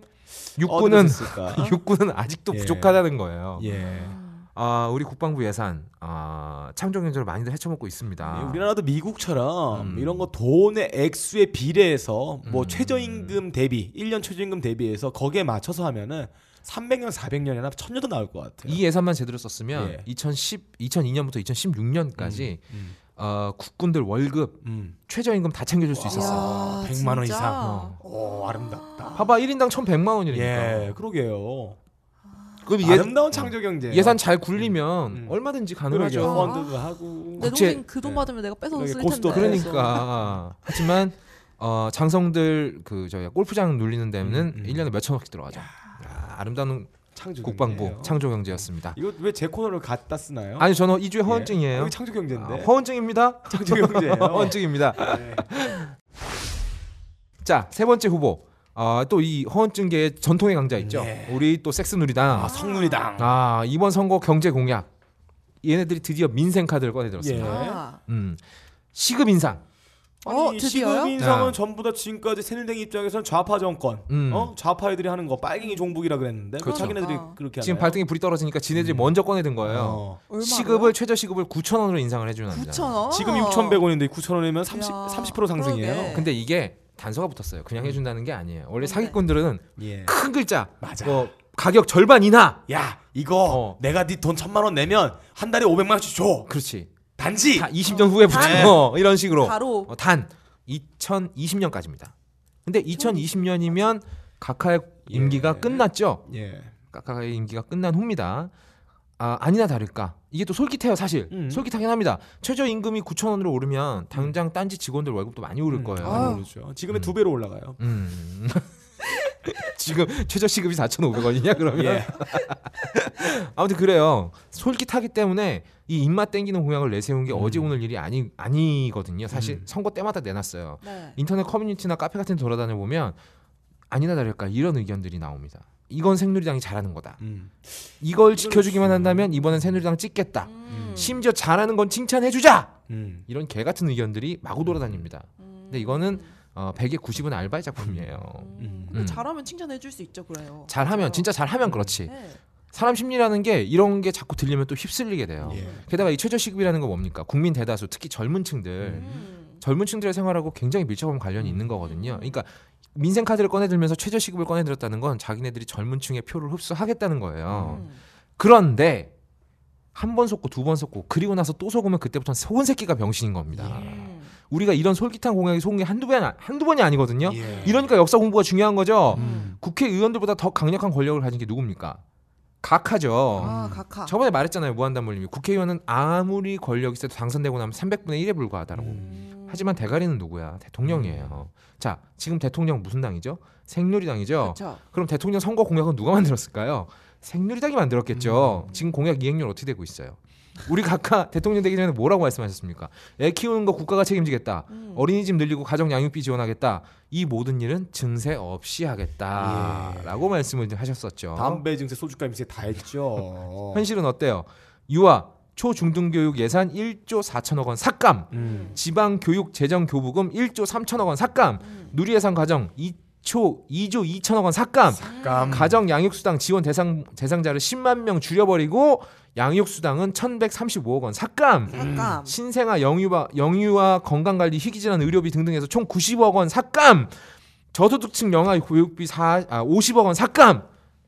A: 육군은
B: 어디서 썼을까?
A: 육군은 아직도
B: 예.
A: 부족하다는 거예요.
B: 예.
C: 음.
A: 아, 우리 국방부 예산 아, 참정 경제로 많이들 헤쳐먹고 있습니다.
B: 예, 우리나라도 미국처럼
A: 아. 음.
B: 이런 거 돈의 액수에 비례해서 뭐
A: 음.
B: 최저임금 대비 1년 최저임금 대비해서 거기에 맞춰서 하면은 300년 400년이나 1000년도 나올 것 같아요.
A: 이 예산만 제대로 썼으면
B: 예.
A: 2010 2002년부터 2016년까지
B: 음.
A: 어, 국군들 월급
B: 음.
A: 최저임금 다 챙겨줄 수 있었어.
B: 있었어. 100만 원 이상.
A: 어.
B: 오 아름답다.
A: 봐봐 1인당 1,100만 원이니까.
B: 예, 그러게요.
A: 그럼 예- 음.
B: 아름다운 창조 경제.
A: 예산 잘 굴리면
B: 음.
A: 얼마든지
B: 그러게요.
A: 가능하죠. 네.
B: 펀드도 하고.
C: 내
A: 국제-
C: 동생 그 돈
B: 예.
C: 받으면 내가 뺏어서
B: 그러게
C: 쓸
B: 고스톱
C: 텐데.
B: 그러니-
A: 그러니까 하지만 어, 장성들 그 저희 골프장 눌리는 데는
B: 음, 음.
A: 1년에 몇 천억씩 들어가죠. 아, 아름다운
B: 창조
A: 국방부
B: 경제예요.
A: 창조 경제였습니다.
B: 이거 왜 제 코너를 갖다 쓰나요?
A: 아니 저는 이주의
B: 예.
A: 허언증이에요.
B: 아, 이거 창조 경제인데.
A: 아, 허언증입니다.
B: 창조 경제예요.
A: 허언증입니다.
B: 네.
A: 자, 세 번째 후보. 아, 또 이 허언증계의 전통의 강자 있죠.
B: 예.
A: 우리 또 섹스누리당.
B: 아, 성누리당.
A: 아, 이번 선거 경제 공약. 얘네들이 드디어 민생 카드를 꺼내 들었습니다.
B: 예.
C: 아,
A: 음. 시급 인상.
C: 어, 드디어요?
B: 시급 인상은
A: 네.
B: 전부 다 지금까지 새누리당 입장에서는 좌파 정권,
A: 음.
B: 어 좌파 애들이 하는 거 빨갱이 종북이라 그랬는데 그
A: 그렇죠.
B: 자기네들이
C: 아.
B: 그렇게
A: 지금
B: 하나요? 음.
A: 발등에 불이 떨어지니까 지네들이 먼저 꺼내 든 거예요.
B: 어.
C: 얼마나?
A: 시급을 최저 시급을 9,000원으로 인상을 해 주는
C: 9천 원.
B: 지금 6,100원인데 9,000원이면 30
C: 어. 이야,
B: 30% 상승이에요.
C: 그러게.
A: 근데 이게 단서가 붙었어요.
B: 음.
A: 그냥 해 준다는 게 아니에요. 원래
C: 뭔데?
A: 사기꾼들은
B: 예.
A: 큰 글자
B: 맞아.
A: 뭐 가격 절반 인하.
B: 야 이거
A: 어.
B: 내가 네 돈 천만 원 내면 한 달에 500만 원씩 줘.
A: 그렇지.
B: 단지
A: 다 20년 후에
B: 네.
A: 붙여 어, 이런 식으로.
C: 바로
A: 어, 단 2020년까지입니다. 근데 2020년이면 각하의 임기가 끝났죠.
B: 예.
A: 각하의 임기가 끝난 후입니다. 아, 아니나 다를까. 이게 또 솔깃해요, 사실.
B: 음.
A: 솔깃하긴 합니다. 최저 임금이 9,000원으로 오르면
B: 음.
A: 당장 딴지 직원들 월급도 많이 오를 거예요.
C: 아.
B: 많이 오르죠. 지금의 두 배로 올라가요.
A: 음. 지금 최저 시급이 4,500원이냐 그러면.
B: 예.
A: 아무튼 그래요. 솔깃하기 때문에 이 입맛 땡기는 공약을 내세운 게 어제 오늘 일이 아니 아니거든요. 사실
B: 음.
A: 선거 때마다 내놨어요.
C: 네.
A: 인터넷 커뮤니티나 카페 같은 데 돌아다녀 보면 아니나 다를까 이런 의견들이 나옵니다. 이건 새누리당이 잘하는 거다.
B: 음.
A: 이걸 지켜주기만 한다면 이번엔 새누리당 찍겠다.
C: 음.
A: 심지어 잘하는 건 칭찬해주자.
B: 음.
A: 이런 개 같은 의견들이 마구 돌아다닙니다.
C: 음.
A: 근데 이거는 어, 100에 90은 알바의 작품이에요.
B: 음.
C: 음. 근데
A: 음.
C: 잘하면 칭찬해 줄 수 있죠, 그래요.
A: 잘하면
C: 맞아요.
A: 진짜 잘하면 그렇지.
C: 네.
A: 사람 심리라는 게 이런 게 자꾸 들리면 또 휩쓸리게 돼요.
B: 예.
C: 음.
A: 게다가 이 최저시급이라는 건 뭡니까? 국민 대다수 특히 젊은층들
C: 음.
A: 젊은층들의 생활하고 굉장히 밀접한 관련이 있는 거거든요. 그러니까 민생 카드를 꺼내들면서 최저시급을 꺼내들었다는 건 자기네들이 젊은층의 표를 흡수하겠다는 거예요.
C: 음.
A: 그런데 한 번 속고 두 번 속고 그리고 나서 또 속으면 그때부터는 속은 새끼가 병신인 겁니다.
C: 음.
A: 우리가 이런 솔깃한 공약이 속은 게 한두, 배, 한두 번이 아니거든요.
B: 예.
A: 이러니까 역사 공부가 중요한 거죠.
C: 음.
A: 국회의원들보다 더 강력한 권력을 가진 게 누굽니까? 각하죠.
C: 아, 각하.
A: 어. 저번에 말했잖아요 무한단물님이 국회의원은 아무리 권력 있어도 당선되고 나면 300분의 1에 불과하다라고
C: 음.
A: 하지만 대가리는 누구야 대통령이에요 자 지금 대통령 무슨 당이죠 생누리당이죠
C: 그렇죠.
A: 그럼 대통령 선거 공약은 누가 만들었을까요 생누리당이 만들었겠죠
C: 음.
A: 지금 공약 이행률 어떻게 되고 있어요 우리 각하 대통령 되기 전에 뭐라고 말씀하셨습니까 애 키우는 거 국가가 책임지겠다
C: 음.
A: 어린이집 늘리고 가정 양육비 지원하겠다 이 모든 일은 증세 없이
C: 예.
A: 하겠다라고 말씀을 하셨었죠
B: 담배 증세, 소주값 증세 다 했죠.
A: 어. 현실은 어때요? 유아 초중등교육 예산 1조 4천억 원 삭감,
B: 음.
A: 지방 교육 재정 교부금 1조 3천억 원 삭감, 누리 예산 가정 2초 2조 2천억 원 삭감,
B: 감.
A: 가정 양육 수당 지원 대상 대상자를 10만 명 줄여버리고 양육 수당은 1,135억 원 삭감.
C: 각감.
A: 신생아 영유아, 영유아 건강관리 희귀질환 의료비 등등해서 총 90억 원 삭감 저소득층 영아 교육비 4, 아, 50억 원 삭감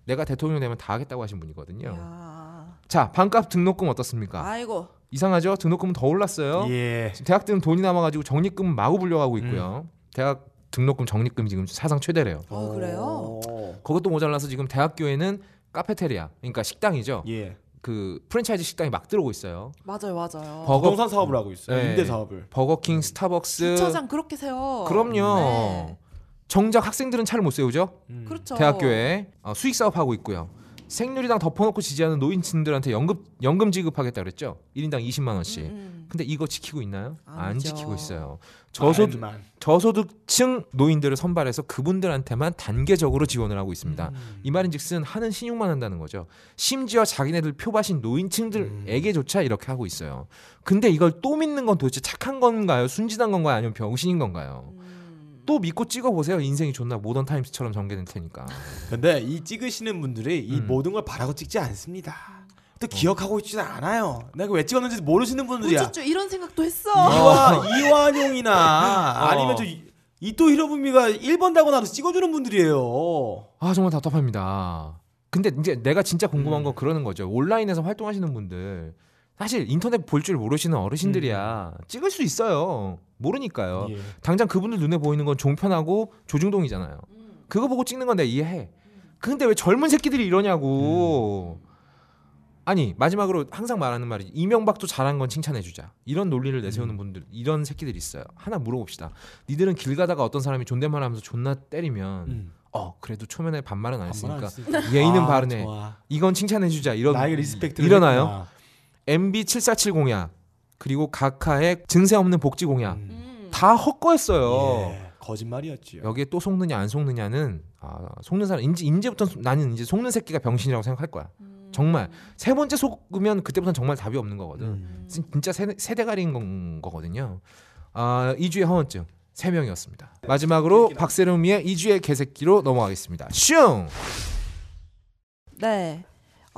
A: 내가 대통령 되면 다 하겠다고 하신 분이거든요
C: 야.
A: 자 반값 등록금 어떻습니까?
C: 아이고.
A: 이상하죠? 등록금은 더 올랐어요.
B: 예.
A: 지금 대학 들은 돈이 남아가지고 적립금 마구 불려가고 있고요. 대학 등록금 적립금 지금 사상 최대래요.
C: 어, 그래요?
B: 오.
A: 그것도 모자라서 지금 대학교에는 카페테리아, 그러니까 식당이죠.
B: 예.
A: 그 프랜차이즈 식당이 막 들어오고 있어요.
C: 맞아요, 맞아요.
A: 버거-
B: 부동산 사업을 하고 있어요.
A: 네.
B: 임대 사업을.
A: 버거킹, 스타벅스.
C: 주차장 그렇게 세요.
A: 그럼요.
C: 네.
A: 정작 학생들은 차를 못 세우죠.
B: 음.
C: 그렇죠.
A: 대학교에 어, 수익 사업 하고 있고요. 생률이당 덮어놓고 지지하는 노인층들한테 연금 연금 지급하겠다 그랬죠. 1인당 20만 원씩.
C: 음,
A: 근데 이거 지키고 있나요? 안
C: 아니죠.
A: 지키고 있어요. 저소
B: 말만.
A: 저소득층 노인들을 선발해서 그분들한테만 단계적으로 지원을 하고 있습니다.
B: 음.
A: 이 말인즉슨 하는 신용만 한다는 거죠. 심지어 자기네들 표밭인 노인층들에게조차 이렇게 하고 있어요. 근데 이걸 또 믿는 건 도대체 착한 건가요? 순진한 건가요? 아니면 병신인 건가요?
C: 음.
A: 또 믿고 찍어 보세요. 인생이 존나 모던 타임스처럼 전개될 테니까.
B: 근데 이 찍으시는 분들이 이
A: 음. 어.
B: 모든 걸 바라고 찍지 않습니다. 또 기억하고 있지는 않아요. 내가 왜 찍었는지 모르시는 음, 분들이야.
C: 우쭈쭈 음. 이런 생각도 했어.
B: 이와 이완용이나
A: 어.
B: 아니면 저 이- 이토 히로부미가 1번 다고 나서 찍어주는 분들이에요.
A: 아 정말 답답합니다. 근데 이제 내가 진짜 궁금한 건 그러는 거죠. 온라인에서 활동하시는 분들 사실 인터넷 볼 줄 모르시는 어르신들이야 찍을 수 있어요. 모르니까요.
B: 예.
A: 당장 그분들 눈에 보이는 건 종편하고 조중동이잖아요.
B: 음.
A: 그거 보고 찍는 건 내가 이해해. 근데 왜 젊은 새끼들이 이러냐고.
B: 음.
A: 아니 마지막으로 항상 말하는 말이 이명박도 잘한 건 칭찬해주자 이런 논리를
B: 음.
A: 내세우는 분들 이런 새끼들이 있어요 하나 물어봅시다 니들은 길 가다가 어떤 사람이 존댓말하면서 존나 때리면
B: 음.
A: 어 그래도 초면에 반말은 안 했으니까
B: 반말하셨으니까.
A: 예의는
B: 아,
A: 바르네
B: 좋아.
A: 이건 칭찬해주자 이런
B: 나에게 리스펙트를
A: 일어나요?
B: 했구나.
A: MB 7470이야 그리고 각하의 증세 없는 복지 공약
B: 음.
C: 음.
A: 다 헛거였어요
B: 예, 거짓말이었지요.
A: 여기에 또 속느냐 안 속느냐는 아, 속는 사람 이제 이제부터 나는 이제 속는 새끼가 병신이라고 생각할 거야
C: 음.
A: 정말 세 번째 속으면 그때부터는 정말 답이 없는 거거든
B: 음.
A: 진- 진짜 세, 세대가리인 건, 거거든요 아 2주의 허언증 세명이었습니다 마지막으로 박세롬이의 2주의 개새끼로 넘어가겠습니다 슝
C: 네.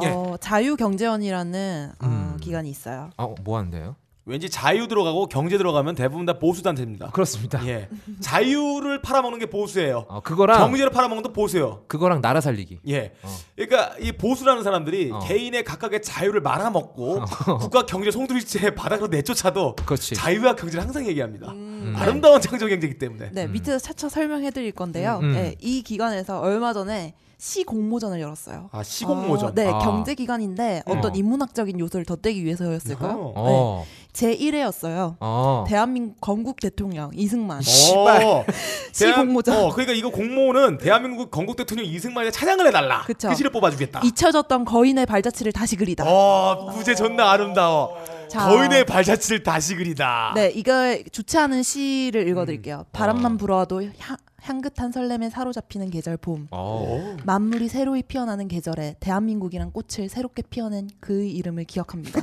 A: 예.
C: 어, 자유경제원이라는 어,
A: 음.
C: 기관이 있어요.
A: 아, 뭐 하는데요?
B: 왠지 자유 들어가고 경제 들어가면 대부분 다 보수 단체입니다.
A: 아, 그렇습니다.
B: 예, 자유를 팔아먹는 게 보수예요.
A: 어, 그거랑
B: 경제를 팔아먹는 것도 보수예요.
A: 그거랑 나라 살리기.
B: 예.
A: 어.
B: 그러니까 이 보수라는 사람들이
A: 어.
B: 개인의 각각의 자유를 말아먹고 국가 경제 송두리째 바닥으로 내쫓아도
A: 그렇지.
B: 자유와 경제를 항상 얘기합니다.
C: 음.
A: 네.
B: 아름다운 창조 경제이기 때문에.
C: 네, 밑에서 차차 설명해 드릴 건데요.
A: 음, 음.
C: 네, 이 기관에서 얼마 전에 시 공모전을 열었어요.
B: 아 시공모전.
C: 어, 네,
A: 아.
C: 경제 기관인데 어떤
A: 어.
C: 인문학적인 요소를 덧대기 위해서였을까요?
B: 어.
A: 어.
C: 제 1회였어요.
A: 어.
C: 네. 대한민국 건국 대통령 이승만.
B: 씨발.
C: 시공모전.
B: 어, 그러니까 이거 공모는 대한민국 건국 대통령 이승만의 찬양을 해달라.
C: 그쵸.
B: 시를 뽑아주겠다.
C: 잊혀졌던 거인의 발자취를 다시 그리다.
B: 어, 부제 존나 아름다워.
C: 자.
B: 거인의 발자취를 다시 그리다.
C: 네, 이걸 주최하는 시를 읽어드릴게요.
B: 음.
C: 바람만 불어와도 향, 향긋한 설렘에 사로잡히는 계절 봄.
A: 어.
C: 만물이 새로이 피어나는 계절에 대한민국이란 꽃을 새롭게 피어낸 그의 이름을 기억합니다.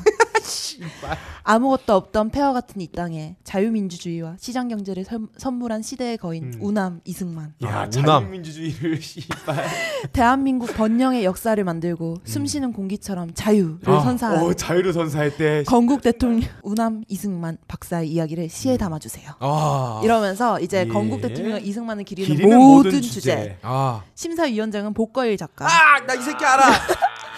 C: 아무것도 없던 폐허 같은 이 땅에 자유민주주의와 시장 경제를 선- 선물한 시대의
B: 음.
C: 거인 우남 이승만.
A: 아,
B: 야,
A: 우남.
B: 자유민주주의를 씨발.
C: 대한민국 번영의 역사를 만들고 숨쉬는 공기처럼 자유를
A: 아,
C: 선사한
B: 어, 자유를 선사할 때
C: 건국 대통령 우남 이승만 박사의 이야기를 시에 담아주세요.
A: 아.
C: 이러면서 이제
B: 예.
C: 건국 대통령 이승만을 기리는,
B: 길이는
C: 모든, 주제.
A: 아.
C: 심사위원장은 복거일 작가.
B: 아, 나 이 새끼 알아.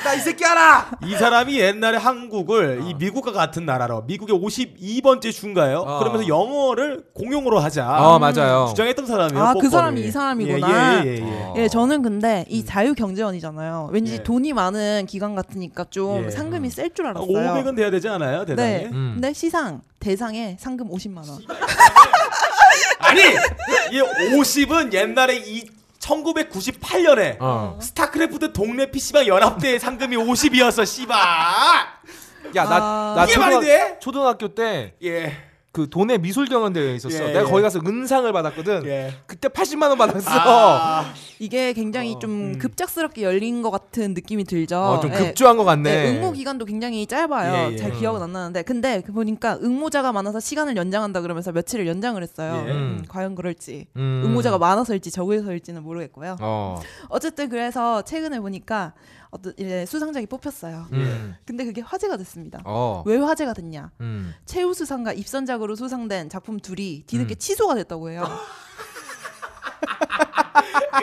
B: 나 이 새끼 알아. 어. 이 사람이 옛날에 한국을 이 미국과 같은 나라로 미국의 52번째 주인가요?
A: 어.
B: 그러면서 영어를 공용으로 하자.
A: 어, 맞아요.
B: 주장했던 사람이에요.
C: 아, 그
B: 뽀뽀를.
C: 사람이 이 사람이구나.
B: 예, 예, 예, 예.
A: 어.
C: 예, 저는 근데 이 자유경제원이잖아요. 왠지
B: 예.
C: 돈이 많은 기관 같으니까 좀
B: 예.
C: 상금이 셀 줄
B: 아,
C: 알았어요.
B: 500은 돼야 되지 않아요? 대단히.
C: 네.
A: 음.
C: 근데 시상 대상에 상금 50만 원.
B: 아니, 이 50은 옛날에 이 1998년에
A: 어.
B: 스타크래프트 동네 PC방 연합대의 상금이 50이었어, 씨발.
A: 야, 나,
C: 아.
A: 나
B: 이게 말이 돼?
A: 초등학, 초등학교 때 그
B: 예.
A: 돈의 미술 경연 대회 있었어.
B: 예,
A: 내가
B: 예.
A: 거기 가서 은상을 받았거든.
B: 예. 아.
A: 그때 80만 원 받았어.
C: 이게 굉장히 좀 급작스럽게 열린 것 같은 느낌이 들죠.
A: 어, 좀
C: 예.
A: 급조한 것 같네.
C: 네, 응모 기간도 굉장히 짧아요.
B: 예, 예.
C: 잘 기억은 안 나는데, 근데 그 보니까 응모자가 많아서 시간을 연장한다 그러면서 며칠을 연장을 했어요.
B: 예.
C: 음, 과연 그럴지
A: 음.
C: 응모자가 많아서일지 적어서일지는 모르겠고요.
A: 어.
C: 어쨌든 그래서 최근에 보니까 어떤 이제 수상작이 뽑혔어요.
B: 예.
A: 음.
C: 근데 그게 화제가 됐습니다.
A: 어.
C: 왜 화제가 됐냐?
A: 음.
C: 최우 수상과 입선작으로 수상된 작품 둘이
B: 음.
C: 뒤늦게 취소가 됐다고 해요.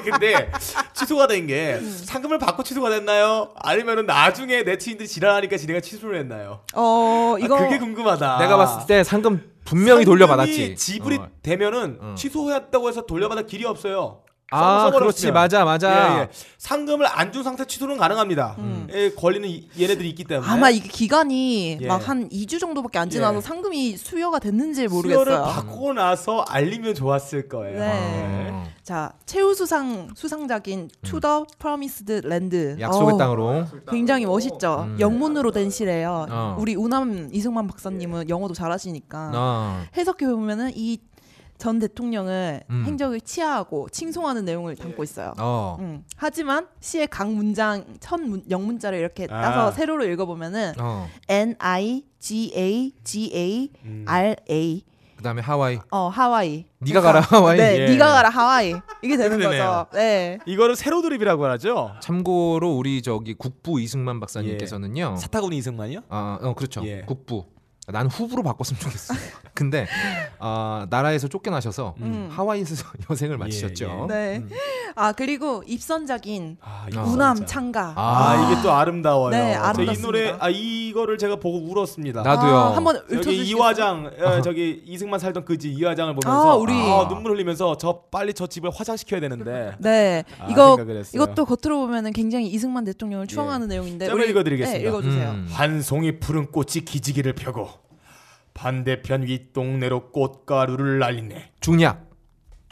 B: 근데 취소가 된 게 상금을 받고 취소가 됐나요? 아니면은 나중에 네티즌들이 지랄하니까 지네가 취소를 했나요?
C: 어
B: 아,
C: 이거
B: 그게 궁금하다.
A: 내가 봤을 때 상금 분명히 돌려받았지.
B: 상금이 지불이
A: 어.
B: 되면은
A: 어.
B: 취소했다고 해서 돌려받을 길이 없어요.
A: 아,
B: 써버렸으면.
A: 그렇지. 맞아, 맞아. 음.
B: 예, 예. 상금을 안 준 상태 취소는 가능합니다. 예, 권리는 이- 얘네들이 있기 때문에.
C: 아마 이게 기간이
B: 예.
C: 막 한 2주 정도밖에 안 지나서
B: 예.
C: 상금이 수여가 됐는지 모르겠어요.
B: 수요를 받고 나서 알리면 좋았을 거예요.
C: 네.
A: 어.
C: 자, 최우 수상 수상작인 투더 프로미스드 랜드.
A: 음. 약속의 땅으로.
C: 어, 굉장히 멋있죠.
A: 음.
C: 영문으로 된 시래요.
A: 어.
C: 우리 우남 이승만 박사님은 영어도 잘하시니까
A: 아.
C: 해석해 보면은 이 전 대통령을
A: 음.
C: 행적을 치하하고 칭송하는 내용을 담고 있어요.
A: 어.
C: 음. 하지만 시의 각 문장 첫 문, 영문자를 이렇게
B: 아.
C: 따서 세로로 읽어보면은
A: 어.
C: N I G A G A R A
A: 그다음에 하와이.
C: 어 하와이.
A: 네가 가라 하와이.
C: 네,
B: 예.
C: 네가 가라 하와이. 이게 되는
B: 이렇게 되네요.
C: 거죠. 네.
B: 이거를 세로 드립이라고 하죠.
A: 참고로 우리 저기 국부 이승만 박사님께서는요.
B: 사타구니 이승만이요?
A: 아, 어, 그렇죠.
B: 예.
A: 국부. 난 후부로 바꿨으면 좋겠어. 근데 아, 나라에서 쫓겨나셔서
C: 음.
A: 하와이에서 여생을 마치셨죠.
B: 예, 예.
C: 네. 아 그리고 입선작인
B: 아,
A: 어? 아,
C: 우남
B: 참.
C: 창가.
A: 아,
B: 아, 이게 또 아름다워요.
C: 네,
B: 저이
C: 아름답습니다.
B: 노래 아 이거를 제가 보고 울었습니다.
A: 나- 나도요.
C: 아, 한번
B: 저기
C: 읊혀주시겠어요?
B: 이화장 어, 저기 이승만 살던 그지 이화장을 보면서
C: 아, 우리.
B: 아, 눈물 흘리면서 저 빨리 저 집을 화장시켜야 되는데
C: 네.
B: 아,
C: 이거
B: 생각을 했어요.
C: 이것도 겉으로 보면은 굉장히 이승만 대통령을 추앙하는 내용인데
B: 짧게 읽어드리겠습니다.
C: 네, 읽어주세요.
A: 음.
B: 한 송이 푸른 꽃이 기지개를 펴고 반대편 윗동네로 꽃가루를 날리네.
A: 중략.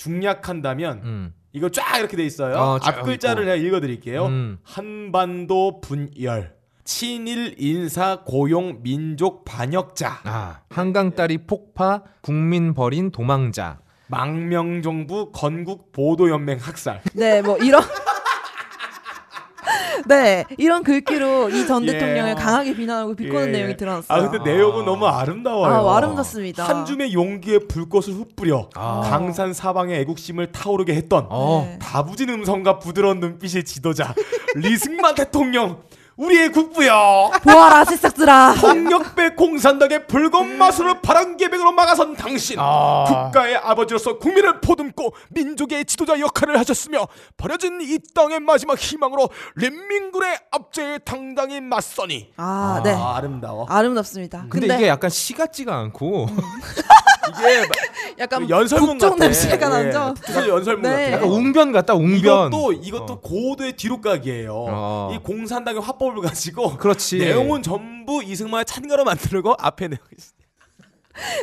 B: 중략한다면
A: 음.
B: 이거 쫙 이렇게 돼 있어요.
A: 어, 쫙
B: 앞 글자를
A: 있고.
B: 제가 읽어드릴게요.
A: 음.
B: 한반도 분열, 친일 인사 고용 민족 반역자,
A: 아, 한강 다리 폭파, 국민 버린 도망자.
C: 네.
B: 망명 정부 건국 보도 연맹 학살.
C: 네, 뭐 이런. 네, 이런 글귀로 이 전
B: 예.
C: 대통령을 강하게 비난하고 비꼬는
B: 예.
C: 내용이
B: 아
C: 드러났어요.
B: 근데 내용은 너무 아름다워요.
C: 아, 아름답습니다.
B: 한 줌의 용기에 불꽃을 흩뿌려
A: 아.
B: 강산 사방의 애국심을 타오르게 했던
A: 어.
C: 네.
B: 다부진 음성과 부드러운 눈빛의 지도자 리승만 대통령 우리의 국부여
C: 보아라 새싹들아.
B: 폭력배 공산당의 붉은 마술을 바람개벽으로 막아선 당신 국가의 아버지로서 국민을 보듬고 민족의 지도자 역할을 하셨으며 버려진 이 땅의 마지막 희망으로 린민군의 압제에 당당히 맞서니
C: 아, 네.
B: 름다워
C: 아름답습니다.
A: 근데,
C: 근데, 음.
A: 이게 약간 시 같지가 않고
B: 이게
C: 아, 약간
B: 연설문
C: 국정
B: 같아.
C: 냄새가
B: 예,
C: 나죠.
B: 국정 연설문
C: 네.
B: 같아.
A: 약간 웅변 같다. 웅변.
B: 이것도 이것도 고도의 뒤로가기예요.
A: 어.
B: 이 공산당의 화법을 가지고
A: 그렇지.
B: 내용은 전부 이승만의 찬가로 만들고 앞에 내용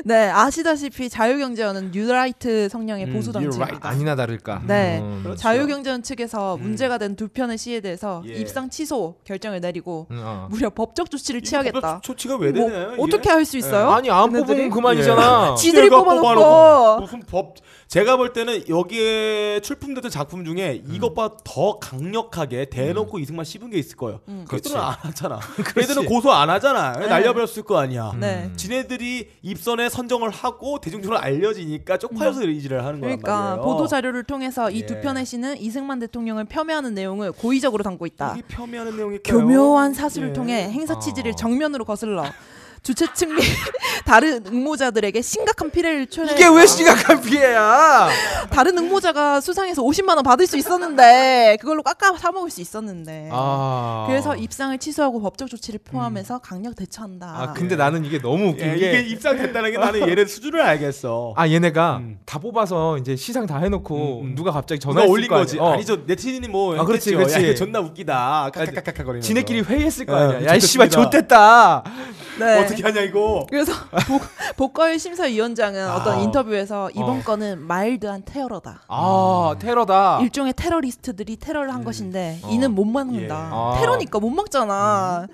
C: 네, 아시다시피 자유경제원은 뉴라이트 성향의
B: 음,
C: 보수
B: 뉴라이트.
C: 단체입니다.
A: 아니나 다를까.
C: 네.
A: 음.
B: 그렇죠. 음.
C: 자유경제원 측에서 문제가 된 두 편의 시에 대해서
B: 예.
C: 입상 취소 결정을 내리고
A: 음, 어.
C: 무려 법적 조치를 취하겠다.
B: 조치가 왜 예.
C: 뭐,
B: 되나요?
C: 어떻게 할 수 있어요?
A: 아니 안 뽑으면
C: 얘네들이?
A: 그만이잖아.
C: 예. 지들이
B: 제가
C: 뽑아놓고.
B: 뽑아놓고. 무슨 법 제가 볼 때는 여기에 출품됐던 작품 중에 이것보다 더 강력하게 대놓고 이승만 씹은 게 있을 거예요. 음.
C: 음.
B: 그들은 안 하잖아. 얘들은 고소 안 하잖아. 날려버렸을 거 아니야.
A: 음.
C: 네.
B: 지네들이 입선에 선정을 하고 대중적으로 알려지니까 쪽팔려서 이 일을 하는 거란
C: 음. 그러니까
B: 말이에요.
C: 보도 자료를 통해서 이 두
B: 예.
C: 편의 시는 이승만 대통령을 폄훼하는 내용을 고의적으로 담고 있다.
B: 이게 폄훼하는 내용일까요?
C: 교묘한 사수를
B: 예.
C: 통해 행사
A: 어.
C: 취지를 정면으로 거슬러 주최 측 및 다른 응모자들에게 심각한 피해를 초래.
A: 이게 왜 심각한 피해야?
C: 다른 응모자가 수상해서 50만 원 받을 수 있었는데 그걸로 깎아 사 먹을 수 있었는데.
A: 아.
C: 네. 그래서 입상을 취소하고 법적
B: 음.
C: 조치를 포함해서 강력 대처한다.
A: 아
B: 그,
A: 근데 나는 이게 너무 웃긴
B: 예,
A: 게
B: 이게 입상됐다는 게 나는 얘네 수준을 알겠어.
A: 아 얘네가
B: 음.
A: 다 뽑아서 이제 시상 다 해놓고
B: 음, 음.
A: 누가 갑자기 전화
B: 누가 올린 거지.
A: 어.
B: 아니죠. 네티즌이 뭐
A: 아, 그렇지,
B: 했겠죠. 야,
A: 그렇지.
B: 이거 존나 웃기다. 깍깍깍깍 거리면서.
A: 지네끼리 회의했을 거
B: 어,
A: 아니야. 야, 이 씨발
B: 좋겠습니다.
A: 좋댔다.
C: 네.
B: 어떻게 하냐 이거.
C: 그래서 복, 복걸 심사위원장은
B: 아.
C: 어떤 인터뷰에서 이번
A: 어.
C: 건은 마일드한 테러다.
A: 아,
B: 음.
A: 테러다.
C: 일종의 테러리스트들이 테러를 한 것인데 이는 못 막는다.
B: 어. 예. 음.
A: 아.
C: 테러니까 못 막잖아.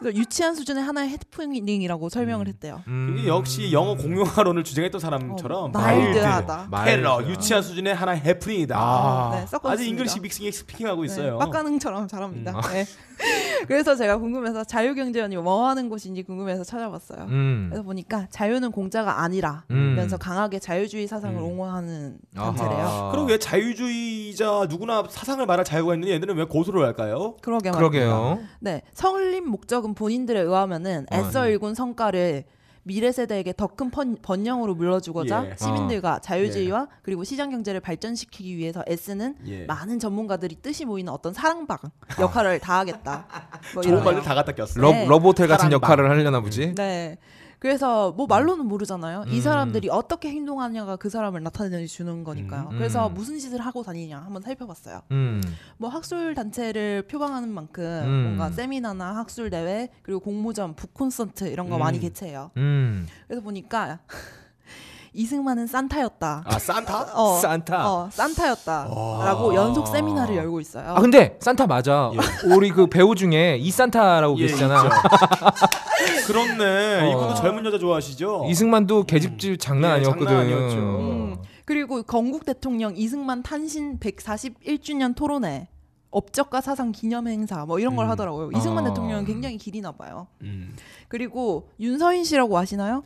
C: 그래서 유치한 수준의 하나의 해프닝이라고 설명을 했대요.
A: 음.
B: 이게 역시 영어 공용화론을 주장했던 사람처럼
C: 어, 마일드하다.
B: 테러
A: 말이야.
B: 유치한 수준의 하나의 해프닝이다.
A: 아.
C: 네, 섞어
B: 아직 잉글리시 믹싱에 스피킹하고 있어요.
C: 네,
B: 음.
C: 빡가능처럼 잘합니다. 네. 그래서 제가 궁금해서 자유경제원이 뭐 하는 곳인지 궁금해서 찾아봤어요.
A: 음.
C: 그래서 보니까 자유는 공짜가 아니라
A: 음.
C: 면서 강하게 자유주의 사상을
B: 음.
C: 옹호하는 단체래요.
A: 아하.
B: 그럼 왜 자유주의자 누구나 사상을 말할 자유가 있는데 얘들은 왜 고소를 할까요?
C: 그러게 말이에요.
A: 그러게요.
C: 네, 성립 목적은 본인들에 의하면은
A: 어,
C: 애써 일군 성과를 미래 세대에게 더 큰 번영으로 물려주고자
B: 예.
C: 시민들과 자유주의와 그리고 시장 경제를 발전시키기 위해서 애쓰는
B: 예.
C: 많은 전문가들이 뜻이 모이는 어떤 사랑방 역할을 다하겠다. 뭐
B: 좋은
C: 이런
B: 말로
C: 거요.
B: 다 갖다 꼈어.
A: 러,
C: 네.
A: 러보텔 같은
B: 사랑방.
A: 역할을 하려나
B: 음.
A: 보지.
C: 네. 그래서 뭐 말로는 모르잖아요.
A: 음.
C: 이 사람들이 어떻게 행동하냐가 그 사람을 나타내 주는 거니까요.
A: 음.
C: 그래서
A: 음.
C: 무슨 짓을 하고 다니냐 한번 살펴봤어요.
A: 음.
C: 뭐 학술 단체를 표방하는 만큼
A: 음.
C: 뭔가 세미나나 학술 대회 그리고 공모전 북 콘서트 이런 거
B: 음.
C: 많이 개최해요.
A: 음.
C: 그래서 보니까 이승만은 산타였다.
B: 아 산타?
C: 어,
A: 산타.
C: 어, 산타였다라고
A: 아.
C: 연속 세미나를 열고 있어요.
A: 아 근데 산타 맞아.
B: 예.
A: 우리 그 배우 중에 이 산타라고 계시잖아.
B: 있죠. 그렇네.
A: 어.
B: 이분도 젊은 여자 좋아하시죠?
A: 이승만도 계집질 장난
B: 음. 예,
A: 아니었거든.
B: 장난 아니었죠.
C: 음. 그리고 건국 대통령 이승만 탄신 141주년 토론회, 업적과 사상 기념 행사 뭐 이런 걸
B: 음.
C: 하더라고요. 이승만
A: 아.
C: 대통령은 굉장히 길이나 봐요.
B: 음.
C: 그리고 윤서인 씨라고 아시나요?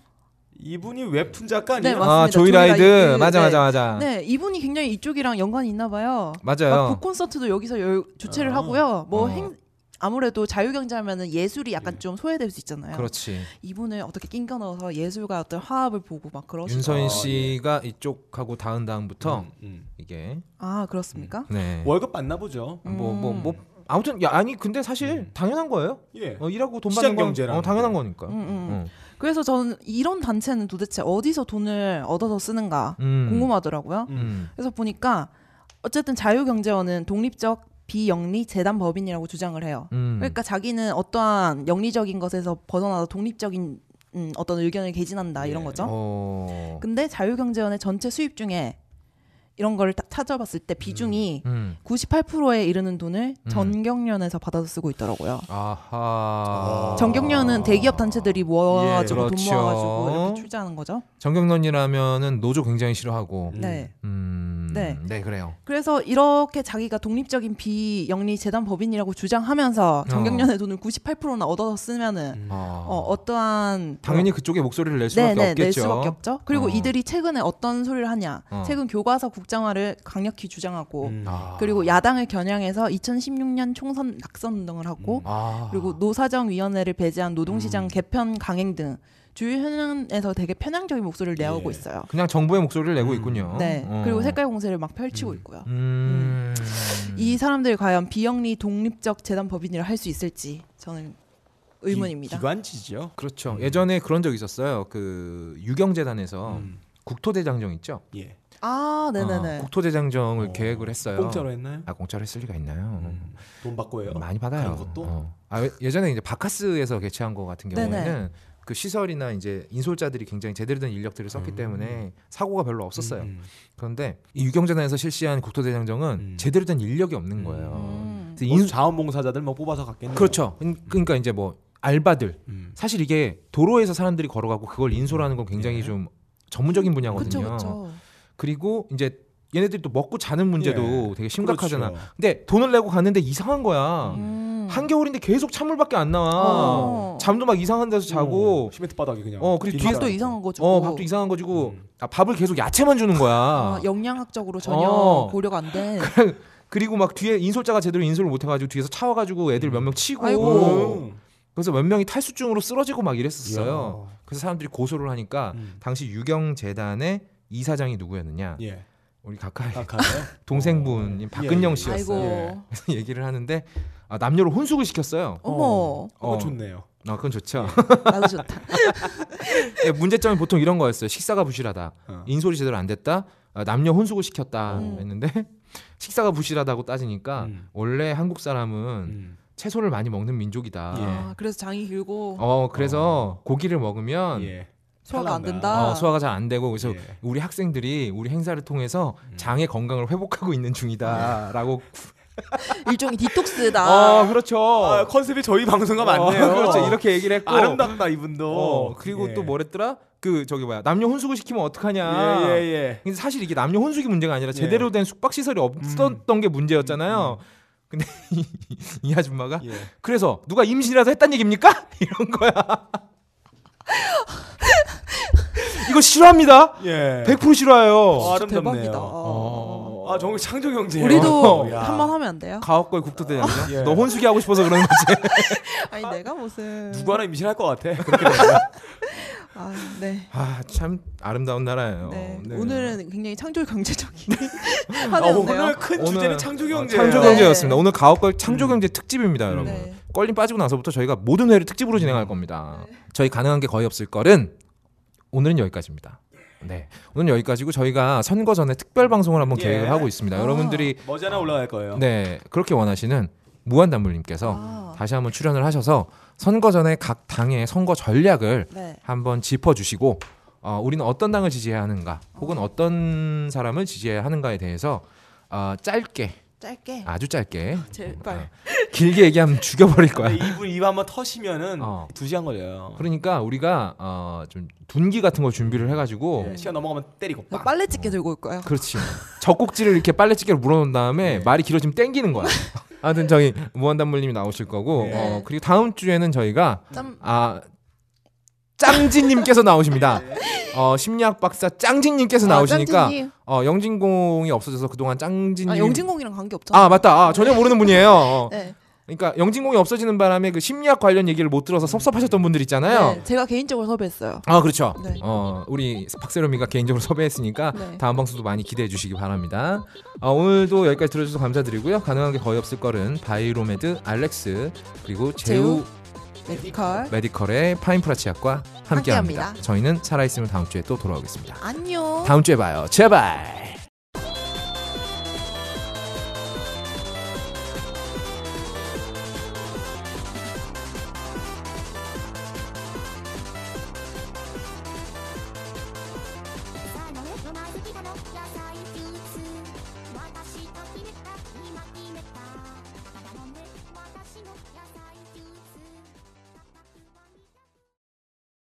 B: 이분이 웹툰 작가
C: 네,
B: 아니에요?
C: 맞- 맞습니다.
A: 아 조이 라이드
C: 조이 라이드.
A: 맞아
C: 네.
A: 맞아 맞아.
C: 네, 이분이 굉장히 이쪽이랑 연관이 있나 봐요. 막
A: 맞아요.
C: 북콘서트도 여기서 열- 주최를
B: 아.
C: 하고요. 뭐
A: 어.
C: 행, 아무래도 자유경제하면은 예술이 약간 좀 소외될 수 있잖아요.
A: 그렇지.
C: 이분을 어떻게 낑겨 넣어서 예술과 어떤 화합을 보고 막 그러시고.
A: 윤서인
B: 아,
A: 씨가 이쪽하고 다은 다음부터
B: 음, 음.
A: 이게
C: 아 그렇습니까?
A: 네.
B: 월급 받나 보죠.
C: 음.
A: 뭐 뭐 뭐 아무튼 야, 아니 근데 사실 당연한 거예요.
B: 예.
A: 어, 일하고 돈
B: 음. 시장
A: 받는 건
B: 경제라는
A: 어, 당연한
B: 게.
A: 거니까.
C: 음, 음.
A: 어.
C: 그래서 저는 이런 단체는 도대체 어디서 돈을 얻어서 쓰는가
A: 음.
C: 궁금하더라고요.
A: 음.
C: 그래서 보니까 어쨌든 자유경제원은 독립적 비영리 재단 법인이라고 주장을 해요.
A: 음.
C: 그러니까 자기는 어떠한 영리적인 것에서 벗어나서 독립적인 음, 어떤 의견을 개진한다 이런
B: 예.
C: 거죠. 그
A: 어.
C: 근데 자유경제원의 전체 수입 중에 이런 걸 다 찾아봤을 때 비중이
A: 음.
C: 98%에 이르는 돈을
A: 음.
C: 전경련에서 받아서 쓰고 있더라고요.
A: 아하.
B: 아. 정경-
C: 전경련은 대기업 단체들이 모아가지고
A: 예,
C: 돈
A: 그렇죠.
C: 모아가지고 이렇게 출자하는 거죠.
A: 정경련이라면은 노조 굉장히 싫어하고.
B: 음.
C: 네.
A: 음.
C: 네.
A: 네 그래요.
C: 그래서 이렇게 자기가 독립적인 비영리 재단 법인이라고 주장하면서 정경련의 돈을 98%나 얻어서 쓰면은
B: 음.
A: 어.
C: 어, 어떠한
A: 당연히 그쪽에 목소리를 낼 수밖에
C: 네네 낼
A: 없겠죠.
C: 수밖에 없죠. 그리고
A: 어.
C: 이들이 최근에 어떤 소리를 하냐?
A: 어.
C: 최근 교과서 국장화를 강력히 주장하고
B: 음.
A: 아.
C: 그리고 야당을 겨냥해서 2016년 총선 낙선 운동을 하고
A: 아. 음.
C: 그리고 노사정위원회를 배제한 노동시장 개편 강행 등 주요 현안에서 되게 편향적인 목소리를 내오고
B: 예.
C: 있어요.
A: 그냥 정부의 목소리를 내고
B: 음.
A: 있군요.
C: 네.
A: 어.
C: 그리고 색깔 공세를 막 펼치고
B: 음.
C: 있고요.
A: 음.
C: 이 사람들이 과연 비영리 독립적 재단 법인이라 할 수 있을지 저는 의문입니다.
B: 기, 기관지죠.
A: 그렇죠.
B: 음.
A: 예전에 그런 적 있었어요. 그 유경재단에서
B: 음.
A: 국토대장정 있죠.
B: 예.
C: 아,
A: 어,
C: 네네네.
A: 국토대장정을
B: 어.
A: 계획을 했어요.
B: 공짜로 했나요?
A: 아 공짜로 했을 리가 있나요?
B: 음. 돈 받고 해요.
A: 많이 받아요.
B: 그런 것도?
A: 어. 아, 왜- 예전에 이제 바카스에서 개최한 거 같은
C: 네네.
A: 경우에는 그 시설이나 이제 인솔자들이 굉장히 제대로 된 인력들을 썼기
B: 음.
A: 때문에 사고가 별로 없었어요.
B: 음,
A: 그런데 이 유경재단에서 실시한 국토대장정은
B: 음.
A: 제대로 된 인력이 없는
B: 음.
A: 거예요.
C: 음.
A: 그래서
B: 뭐
A: 인-
B: 자원봉사자들 뭐 뽑아서 갔겠네요.
A: 그렇죠. 인- 그러니까 이제 뭐 알바들
B: 음.
A: 사실 이게 도로에서 사람들이 걸어가고 그걸 인솔하는 건 굉장히
B: 예.
A: 좀 전문적인
C: 네. 그쵸
A: 분야거든요.
C: 그쵸.
A: 리고 이제 얘네들이 또 먹고 자는 문제도
B: 예.
A: 되게 심각하잖아.
B: 그렇죠.
A: 근데 돈을 내고 갔는데 이상한 거야.
C: 음.
A: 한겨울인데 아, 계속 찬물밖에 안 나와.
C: 어. 음.
A: 잠도 막 이상한 데서 자고
B: 어, 시멘트 바닥에 그냥.
A: 어, 그리고
B: 비닐
A: 뒤에
C: 밥도
B: 깔아놓고.
C: 이상한 거죠.
A: 어, 밥도 이상한 거지고
B: 음.
A: 아, 밥을 계속 야채만 주는 거야.
C: 아, 영양학적으로 전혀
A: 어.
C: 고려가 안 돼.
A: 그리고 막 뒤에 인솔자가 제대로 인솔을 못 해가지고 뒤에서 차와가지고 애들 몇 명 치고
C: 음. 아이고.
B: 음.
A: 그래서 몇 명이 탈수증으로 쓰러지고 막 이랬었어요. 그래서 사람들이 고소를 하니까
B: 음.
A: 당시 유경재단의 이사장이 누구였느냐?
B: 예.
A: 우리 가까이
B: 딱 가요.
A: 동생분인
B: 어.
A: 박근영
B: 예, 예.
A: 씨였어요.
C: 아이고.
B: 예.
A: 그래서 얘기를 하는데 아, 남녀를 혼숙을 시켰어요.
C: 어머.
B: 그거
A: 어.
B: 좋네요.
A: 아, 그건 좋죠.
C: 나도 좋다.
A: 어. 예, 문제점이 보통 이런 거였어요. 식사가 부실하다.
B: 어.
A: 인솔이 제대로 안 됐다. 아, 남녀 혼숙을 시켰다
C: 음.
A: 했는데 식사가 부실하다고 따지니까
B: 음.
A: 원래 한국 사람은
B: 음.
A: 채소를 많이 먹는 민족이다.
B: 예.
C: 아, 그래서 장이 길고
A: 어 그래서 고기를 먹으면
B: 예.
C: 소화가 안 된다.
A: 어, 소화가 잘 안 되고 음. 그래서
B: 예.
A: 우리 학생들이 우리 행사를 통해서
B: 음. 예.
A: 장의 건강을 회복하고 있는 중이다라고
C: 일종의 디톡스다.
A: 어 그렇죠
B: 아, 컨셉이 저희 방송과 맞네요.
A: 어, 그렇죠 이렇게 얘기를 했고
B: 아름답다 이분도.
A: 어, 그리고
B: 예.
A: 또 뭐랬더라 그 저기 뭐야 남녀 혼숙을 시키면 어떡하냐
B: 예, 예, 예.
A: 근데 사실 이게 남녀 혼숙이 문제가 아니라
B: 예. 음.
A: 제대로 된 숙박 시설이 없었던 게 문제였잖아요. 근데 이, 이 아줌마가
B: 예.
A: 그래서 누가 임신이라도 했단 얘기입니까? 이런 거야. 이거 싫어합니다.
B: 예.
A: 100%
B: 어,
A: 싫어해요.
C: 진짜
B: 아름답네요.
C: 대박이다.
A: 어.
B: 아, 정말 창조 경제. 어.
C: 우리도 한 번 하면 안 돼요?
A: 가옥걸 국토대장.
B: 아. 예.
A: 너 혼숙이 하고 싶어서 그런 거지.
C: 아니 내가 무슨
B: 누구 하나 임신할 것 같아.
C: 아, 네.
A: 아, 참 아름다운 나라예요.
C: 네.
A: 네.
C: 오늘은 굉장히 창조 경제적인
B: 아,
C: 화제였네요.
A: 어,
B: 오늘 큰
A: 오늘-
B: 주제는 창조
A: 어,
B: 경제.
A: 창조 경제였습니다. 오늘 가옥걸 창조
B: 음.
A: 경제 특집입니다, 여러분.
C: 네.
A: 껄림 빠지고 나서부터 저희가 모든 회를 특집으로 진행할 겁니다.
C: 네.
A: 저희 가능한 게 거의 없을 걸은 오늘은 여기까지입니다. 네, 오늘 여기까지고 저희가 선거 전에 특별 방송을 한번
B: 예.
A: 계획을 하고 있습니다.
C: 아.
A: 여러분들이
B: 머지않아 올라갈 거예요.
A: 네 그렇게 원하시는 무한단물님께서
C: 아.
A: 다시 한번 출연을 하셔서 선거 전에 각 당의 선거 전략을
C: 네.
A: 한번 짚어주시고 어, 우리는 어떤 당을 지지해야 하는가 혹은 어떤 사람을 지지해야 하는가에 대해서 어, 짧게
C: 짧게.
A: 아주 짧게
C: 제발.
A: 길게 얘기하면 죽여버릴 거야.
B: 근데 네, 이분 입 한번 터시면은
A: 어.
B: 두 시간 걸려요.
A: 그러니까 우리가 어, 좀 둔기 같은 걸 준비를 해가지고
B: 예, 시간 넘어가면 때리고
C: 나
A: 네.
B: 빵.
C: 그 빨래 집게 들고 올 거예요.
A: 그렇지 젖꼭지를 이렇게 빨래집게로 물어놓은 다음에
B: 네.
A: 말이 길어지면 땡기는 거야. 아무튼 저희 무한단물님이 나오실 거고
B: 네.
A: 어, 그리고 다음 주에는 저희가
C: 짬
A: 아 짱진님께서 나오십니다. 어, 심리학 박사 짱진님께서
C: 아,
A: 나오시니까
D: 아, 짱진님.
A: 어, 영진공이 없어져서 그동안 짱진님
D: 아, 영진공이랑 관계 없잖아.
A: 아 맞다 아, 전혀 모르는 분이에요. 어.
D: 네.
A: 그러니까 영진공이 없어지는 바람에 그 심리학 관련 얘기를 못 들어서 섭섭하셨던 분들 있잖아요.
D: 네, 제가 개인적으로 섭외했어요.
A: 아 그렇죠.
D: 네.
A: 어 우리 박세롬이가 개인적으로 섭외했으니까
D: 네.
A: 다음 방송도 많이 기대해 주시기 바랍니다. 아, 오늘도 여기까지 들어주셔서 감사드리고요. 가능한 게 거의 없을 걸은 바이로메드, 알렉스 그리고 제우,
D: 제우
C: 네,
A: 네.
D: 메디컬.
A: 메디컬의 파인프라치약과 함께합니다.
D: 함께합니다.
A: 저희는 살아있으면 다음 주에 또 돌아오겠습니다.
D: 안녕.
A: 다음 주에 봐요. 제발.